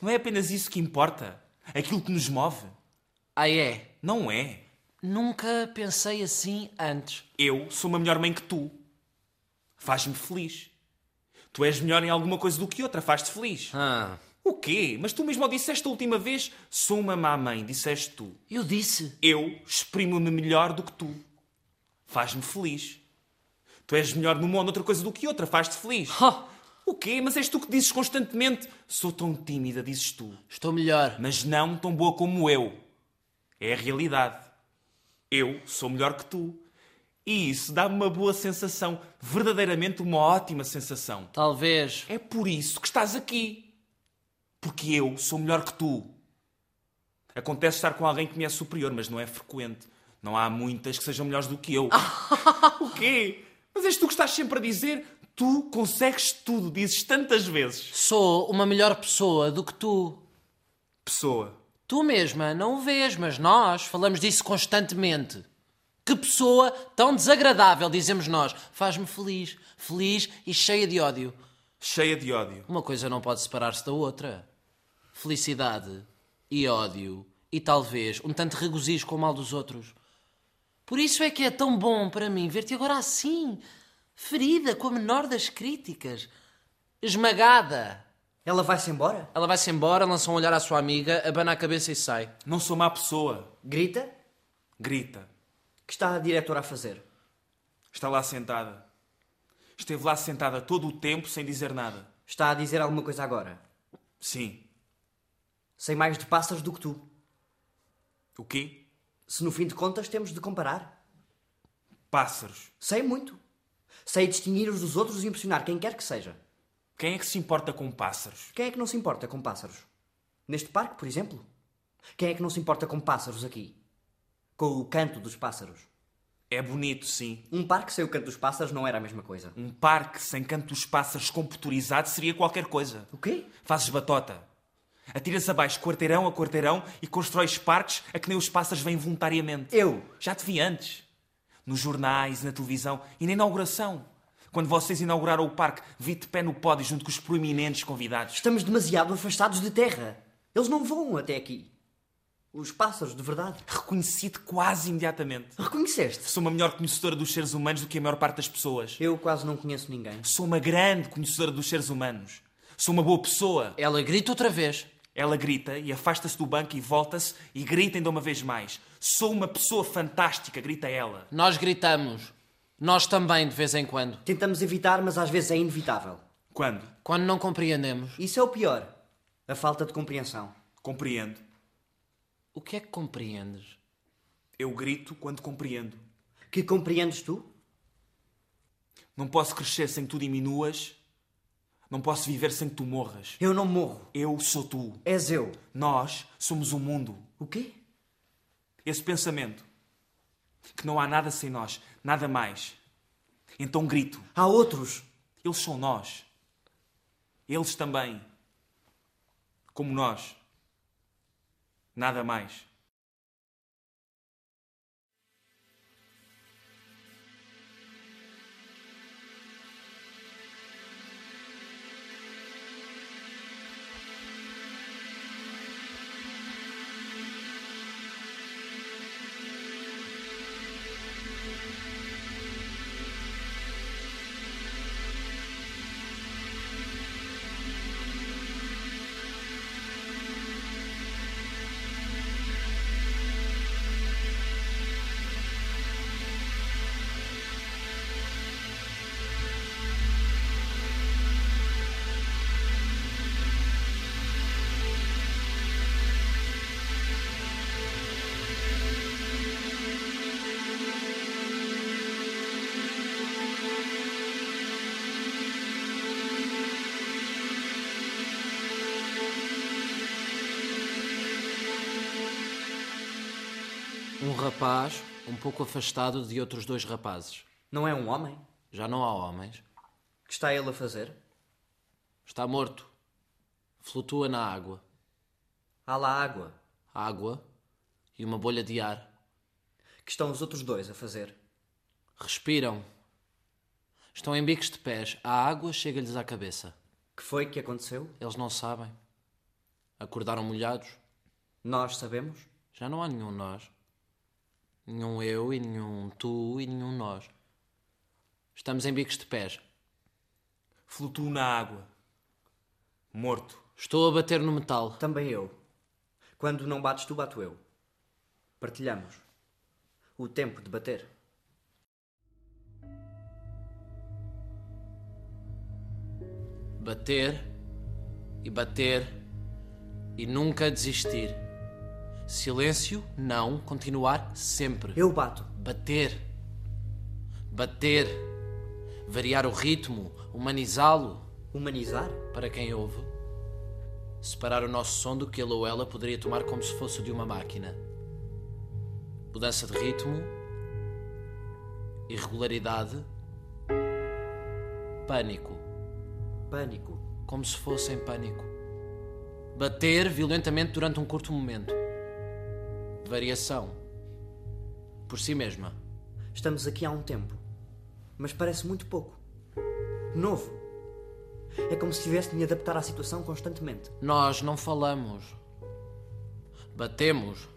[SPEAKER 4] Não é apenas isso que importa. Aquilo que nos move.
[SPEAKER 3] Ah, é.
[SPEAKER 4] Não é.
[SPEAKER 3] Nunca pensei assim antes.
[SPEAKER 4] Eu sou uma melhor mãe que tu. Faz-me feliz. Tu és melhor em alguma coisa do que outra, faz-te feliz.
[SPEAKER 3] Ah.
[SPEAKER 4] O quê? Mas tu mesmo o disseste a última vez. Sou uma má mãe, disseste tu.
[SPEAKER 3] Eu disse.
[SPEAKER 4] Eu exprimo-me melhor do que tu. Faz-me feliz. Tu és melhor numa ou noutra coisa do que outra, faz-te feliz.
[SPEAKER 3] Oh,
[SPEAKER 4] O quê? Mas és tu que dizes constantemente. Sou tão tímida, dizes tu.
[SPEAKER 3] estou melhor.
[SPEAKER 4] Mas não tão boa como eu. É a realidade. Eu sou melhor que tu. E isso dá-me uma boa sensação. Verdadeiramente uma ótima sensação.
[SPEAKER 3] Talvez.
[SPEAKER 4] É por isso que estás aqui. Porque eu sou melhor que tu. Acontece estar com alguém que me é superior, mas não é frequente. Não há muitas que sejam melhores do que eu. o quê? Mas és tu que estás sempre a dizer. Tu consegues tudo, dizes tantas vezes.
[SPEAKER 3] Sou uma melhor pessoa do que tu.
[SPEAKER 4] Pessoa.
[SPEAKER 3] Tu mesma não o vês, mas nós falamos disso constantemente. Que pessoa tão desagradável, dizemos nós. Faz-me feliz, feliz e cheia de ódio.
[SPEAKER 4] Cheia de ódio.
[SPEAKER 3] Uma coisa não pode separar-se da outra. Felicidade e ódio, e talvez um tanto regozijo com o mal dos outros. Por isso é que é tão bom para mim ver-te agora assim, ferida com a menor das críticas, esmagada.
[SPEAKER 5] Ela vai-se embora?
[SPEAKER 3] Ela vai-se embora, lança um olhar à sua amiga, abana a cabeça e sai.
[SPEAKER 4] Não sou má pessoa.
[SPEAKER 5] Grita?
[SPEAKER 4] Grita.
[SPEAKER 5] Que está a diretora a fazer?
[SPEAKER 4] Está lá sentada. Esteve lá sentada todo o tempo sem dizer nada.
[SPEAKER 5] Está a dizer alguma coisa agora?
[SPEAKER 4] Sim.
[SPEAKER 5] Sei mais de passas do que tu.
[SPEAKER 4] O quê?
[SPEAKER 5] Se no fim de contas temos de comparar.
[SPEAKER 4] Pássaros.
[SPEAKER 5] Sei muito. Sei distinguir os dos outros e impressionar quem quer que seja.
[SPEAKER 4] Quem é que se importa com pássaros?
[SPEAKER 5] Quem é que não se importa com pássaros? Neste parque, por exemplo? Quem é que não se importa com pássaros aqui? Com o canto dos pássaros.
[SPEAKER 4] É bonito, sim.
[SPEAKER 5] Um parque sem o canto dos pássaros não era a mesma coisa.
[SPEAKER 4] Um parque sem canto dos pássaros computurizado seria qualquer coisa.
[SPEAKER 5] O quê?
[SPEAKER 4] Fazes batota. Atira-se abaixo, quarteirão a quarteirão, e constróis parques a que nem os pássaros vêm voluntariamente.
[SPEAKER 5] Eu?
[SPEAKER 4] Já te vi antes. Nos jornais, na televisão e na inauguração. Quando vocês inauguraram o parque, vi de pé no pódio junto com os proeminentes convidados.
[SPEAKER 5] Estamos demasiado afastados de terra. Eles não voam até aqui. Os pássaros, de verdade.
[SPEAKER 4] Reconheci-te quase imediatamente.
[SPEAKER 5] Reconheceste?
[SPEAKER 4] Sou uma melhor conhecedora dos seres humanos do que a maior parte das pessoas.
[SPEAKER 5] Eu quase não conheço ninguém.
[SPEAKER 4] Sou uma grande conhecedora dos seres humanos. Sou uma boa pessoa.
[SPEAKER 3] Ela grita outra vez.
[SPEAKER 4] Ela grita e afasta-se do banco e volta-se e grita ainda uma vez mais. Sou uma pessoa fantástica, grita ela.
[SPEAKER 3] Nós gritamos. Nós também, de vez em quando.
[SPEAKER 5] Tentamos evitar, mas às vezes é inevitável.
[SPEAKER 4] Quando?
[SPEAKER 3] Quando não compreendemos.
[SPEAKER 5] Isso é o pior. A falta de compreensão.
[SPEAKER 4] Compreendo.
[SPEAKER 3] O que é que compreendes?
[SPEAKER 4] Eu grito quando compreendo.
[SPEAKER 5] Que compreendes tu?
[SPEAKER 4] Não posso crescer sem que tu diminuas. Não posso viver sem que tu morras.
[SPEAKER 5] Eu não morro.
[SPEAKER 4] Eu sou tu.
[SPEAKER 5] És eu.
[SPEAKER 4] Nós somos o mundo.
[SPEAKER 5] O quê?
[SPEAKER 4] Esse pensamento. Que não há nada sem nós. Nada mais. Então grito.
[SPEAKER 5] Há outros.
[SPEAKER 4] Eles são nós. Eles também. Como nós. Nada mais.
[SPEAKER 3] Um rapaz um pouco afastado de outros dois rapazes.
[SPEAKER 5] Não é um homem?
[SPEAKER 3] Já não há homens.
[SPEAKER 5] Que está ele a fazer?
[SPEAKER 3] Está morto. Flutua na água.
[SPEAKER 5] Há lá água.
[SPEAKER 3] Água e uma bolha de ar.
[SPEAKER 5] Que estão os outros dois a fazer?
[SPEAKER 3] Respiram. Estão em bicos de pés. A água chega-lhes à cabeça.
[SPEAKER 5] Que foi que aconteceu?
[SPEAKER 3] Eles não sabem. Acordaram molhados.
[SPEAKER 5] Nós sabemos?
[SPEAKER 3] Já não há nenhum nós. Nenhum eu e nenhum tu e nenhum nós. Estamos em bicos de pés.
[SPEAKER 4] Flutuo na água. Morto.
[SPEAKER 3] Estou a bater no metal.
[SPEAKER 5] Também eu. Quando não bates tu, bato eu. Partilhamos. O tempo de bater.
[SPEAKER 3] Bater e bater e nunca desistir. Silêncio, não, continuar sempre.
[SPEAKER 5] Eu bato.
[SPEAKER 3] Bater. Bater. Variar o ritmo, humanizá-lo
[SPEAKER 5] Humanizar?
[SPEAKER 3] para quem ouve. Separar o nosso som do que ele ou ela poderia tomar como se fosse o de uma máquina. Mudança de ritmo. Irregularidade. Pânico.
[SPEAKER 5] Pânico.
[SPEAKER 3] Como se fosse em pânico. Bater violentamente durante um curto momento. Variação. Por si mesma.
[SPEAKER 5] Estamos aqui há um tempo. Mas parece muito pouco. Novo. É como se tivesse de me adaptar à situação constantemente.
[SPEAKER 3] Nós não falamos. Batemos.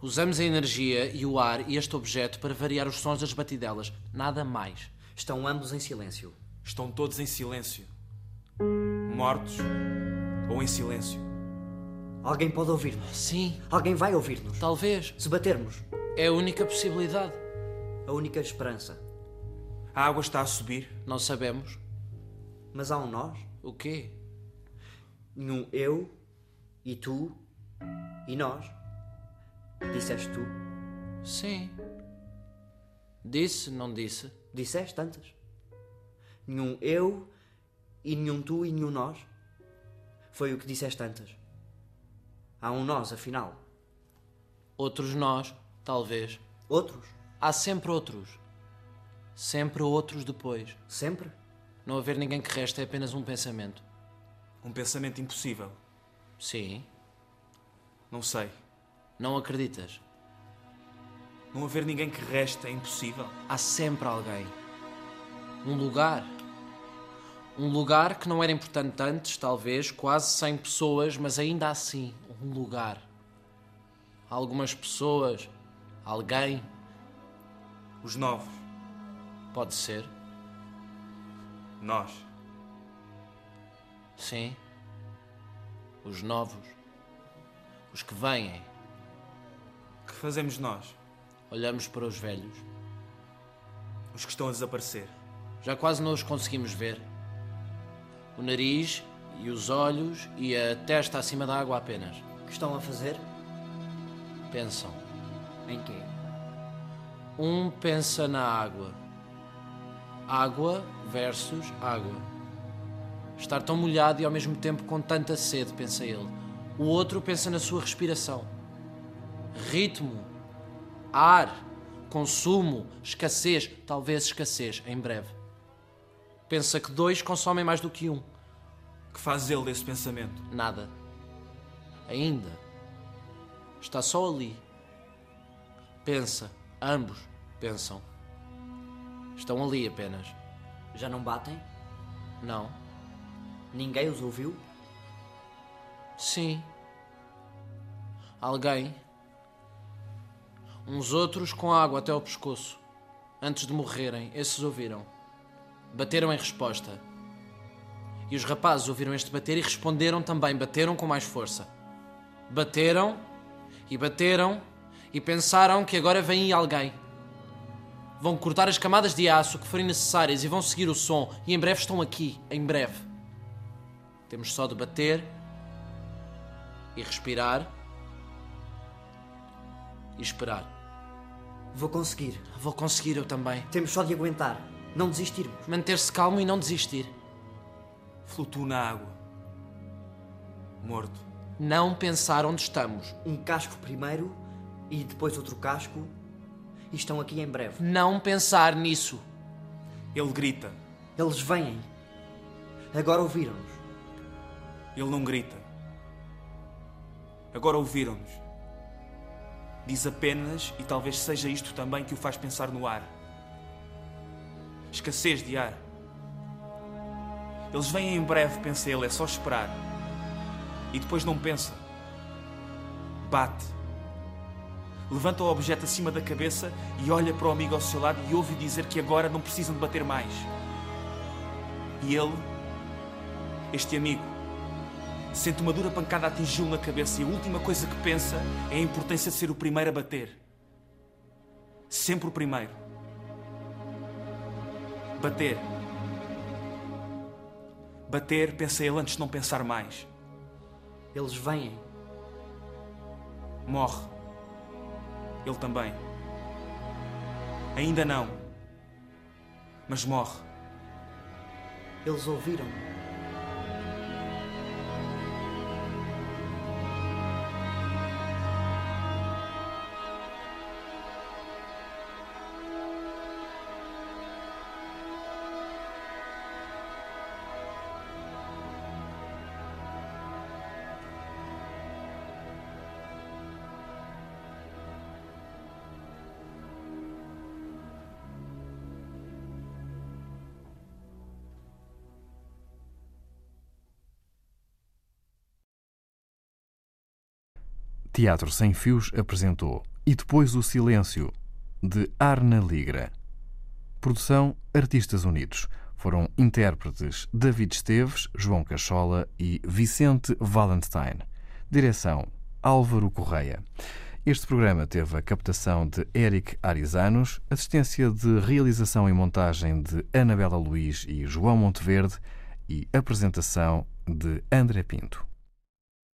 [SPEAKER 3] Usamos a energia e o ar e este objeto para variar os sons das batidelas. Nada mais.
[SPEAKER 5] Estão ambos em silêncio.
[SPEAKER 4] Estão todos em silêncio. Mortos ou em silêncio.
[SPEAKER 5] Alguém pode ouvir-nos.
[SPEAKER 3] Sim,
[SPEAKER 5] Alguém vai ouvir-nos.
[SPEAKER 3] talvez.
[SPEAKER 5] Se batermos,
[SPEAKER 3] É a única possibilidade.
[SPEAKER 5] a única esperança.
[SPEAKER 4] A água está a subir.
[SPEAKER 3] Não sabemos.
[SPEAKER 5] Mas há um nós,
[SPEAKER 3] O quê?
[SPEAKER 5] nenhum eu e tu e nós. Disseste tu,
[SPEAKER 3] Sim. Disse, não disse.
[SPEAKER 5] disseste antes. Nenhum eu e nenhum tu e nenhum nós. Foi o que disseste antes. Há um nós, afinal.
[SPEAKER 3] Outros nós, talvez.
[SPEAKER 5] Outros,
[SPEAKER 3] Há sempre outros. Sempre outros depois.
[SPEAKER 5] sempre.
[SPEAKER 3] Não haver ninguém que resta é apenas um pensamento.
[SPEAKER 4] Um pensamento impossível.
[SPEAKER 3] Sim.
[SPEAKER 4] Não sei.
[SPEAKER 3] Não acreditas?
[SPEAKER 4] Não haver ninguém que reste é impossível.
[SPEAKER 3] Há sempre alguém. Um lugar. Um lugar que não era importante antes, talvez, quase 100 pessoas, mas ainda assim, um lugar. Há algumas pessoas. Alguém.
[SPEAKER 4] Os novos.
[SPEAKER 3] Pode ser.
[SPEAKER 4] Nós.
[SPEAKER 3] Sim. Os novos. Os que vêm.
[SPEAKER 4] Que fazemos nós?
[SPEAKER 3] Olhamos para os velhos.
[SPEAKER 4] Os que estão a desaparecer.
[SPEAKER 3] Já quase não os conseguimos ver. O nariz e os olhos e a testa acima da água apenas.
[SPEAKER 5] Que estão a fazer?
[SPEAKER 3] Pensam.
[SPEAKER 5] Em quê?
[SPEAKER 3] Um pensa na água. Água versus água. Estar tão molhado e ao mesmo tempo com tanta sede, pensa ele. O outro pensa na sua respiração. Ritmo, ar, consumo, escassez, talvez escassez, em breve. Pensa que dois consomem mais do que um.
[SPEAKER 4] Que faz ele desse pensamento?
[SPEAKER 3] Nada. Ainda. Está só ali. Pensa. Ambos pensam. Estão ali apenas.
[SPEAKER 5] Já não batem?
[SPEAKER 3] Não.
[SPEAKER 5] Ninguém os ouviu?
[SPEAKER 3] Sim. Alguém. Uns outros com água até ao pescoço. Antes de morrerem, esses ouviram. Bateram em resposta. E os rapazes ouviram este bater e responderam também. Bateram com mais força. Bateram e bateram e pensaram que agora vem aí alguém. Vão cortar as camadas de aço que forem necessárias e vão seguir o som. E em breve estão aqui. Em breve. Temos só de bater e respirar e esperar.
[SPEAKER 5] Vou conseguir.
[SPEAKER 3] Vou conseguir eu também.
[SPEAKER 5] Temos só de aguentar. Não desistirmos.
[SPEAKER 3] Manter-se calmo e não desistir.
[SPEAKER 4] Flutuo na água. Morto.
[SPEAKER 3] Não pensar onde estamos.
[SPEAKER 5] Um casco primeiro e depois outro casco. E estão aqui em breve.
[SPEAKER 3] Não pensar nisso.
[SPEAKER 4] Ele grita.
[SPEAKER 5] Eles vêm. Agora ouviram-nos.
[SPEAKER 4] Ele não grita. Agora ouviram-nos. Diz apenas, e talvez seja isto também que o faz pensar no ar. Escassez de ar. Eles vêm em breve, pensa ele, é só esperar. E depois não pensa. Bate. Levanta o objeto acima da cabeça e olha para o amigo ao seu lado e ouve dizer que agora não precisam de bater mais. E ele, este amigo, Sente uma dura pancada atingi-lo na cabeça e a última coisa que pensa é a importância de ser o primeiro a bater. Sempre o primeiro. Bater. Bater, pensa ele antes de não pensar mais.
[SPEAKER 5] Eles vêm.
[SPEAKER 4] Morre. Ele também. Ainda não. Mas morre.
[SPEAKER 5] Eles ouviram.
[SPEAKER 1] Teatro Sem Fios apresentou E Depois o Silêncio, de Arna Ligra. Produção Artistas Unidos. Foram intérpretes David Esteves, João Cachola e Vicente Valentine. Direção Álvaro Correia. Este programa teve a captação de Eric Arizanos, assistência de realização e montagem de Anabela Luiz e João Monteverde e apresentação de André Pinto.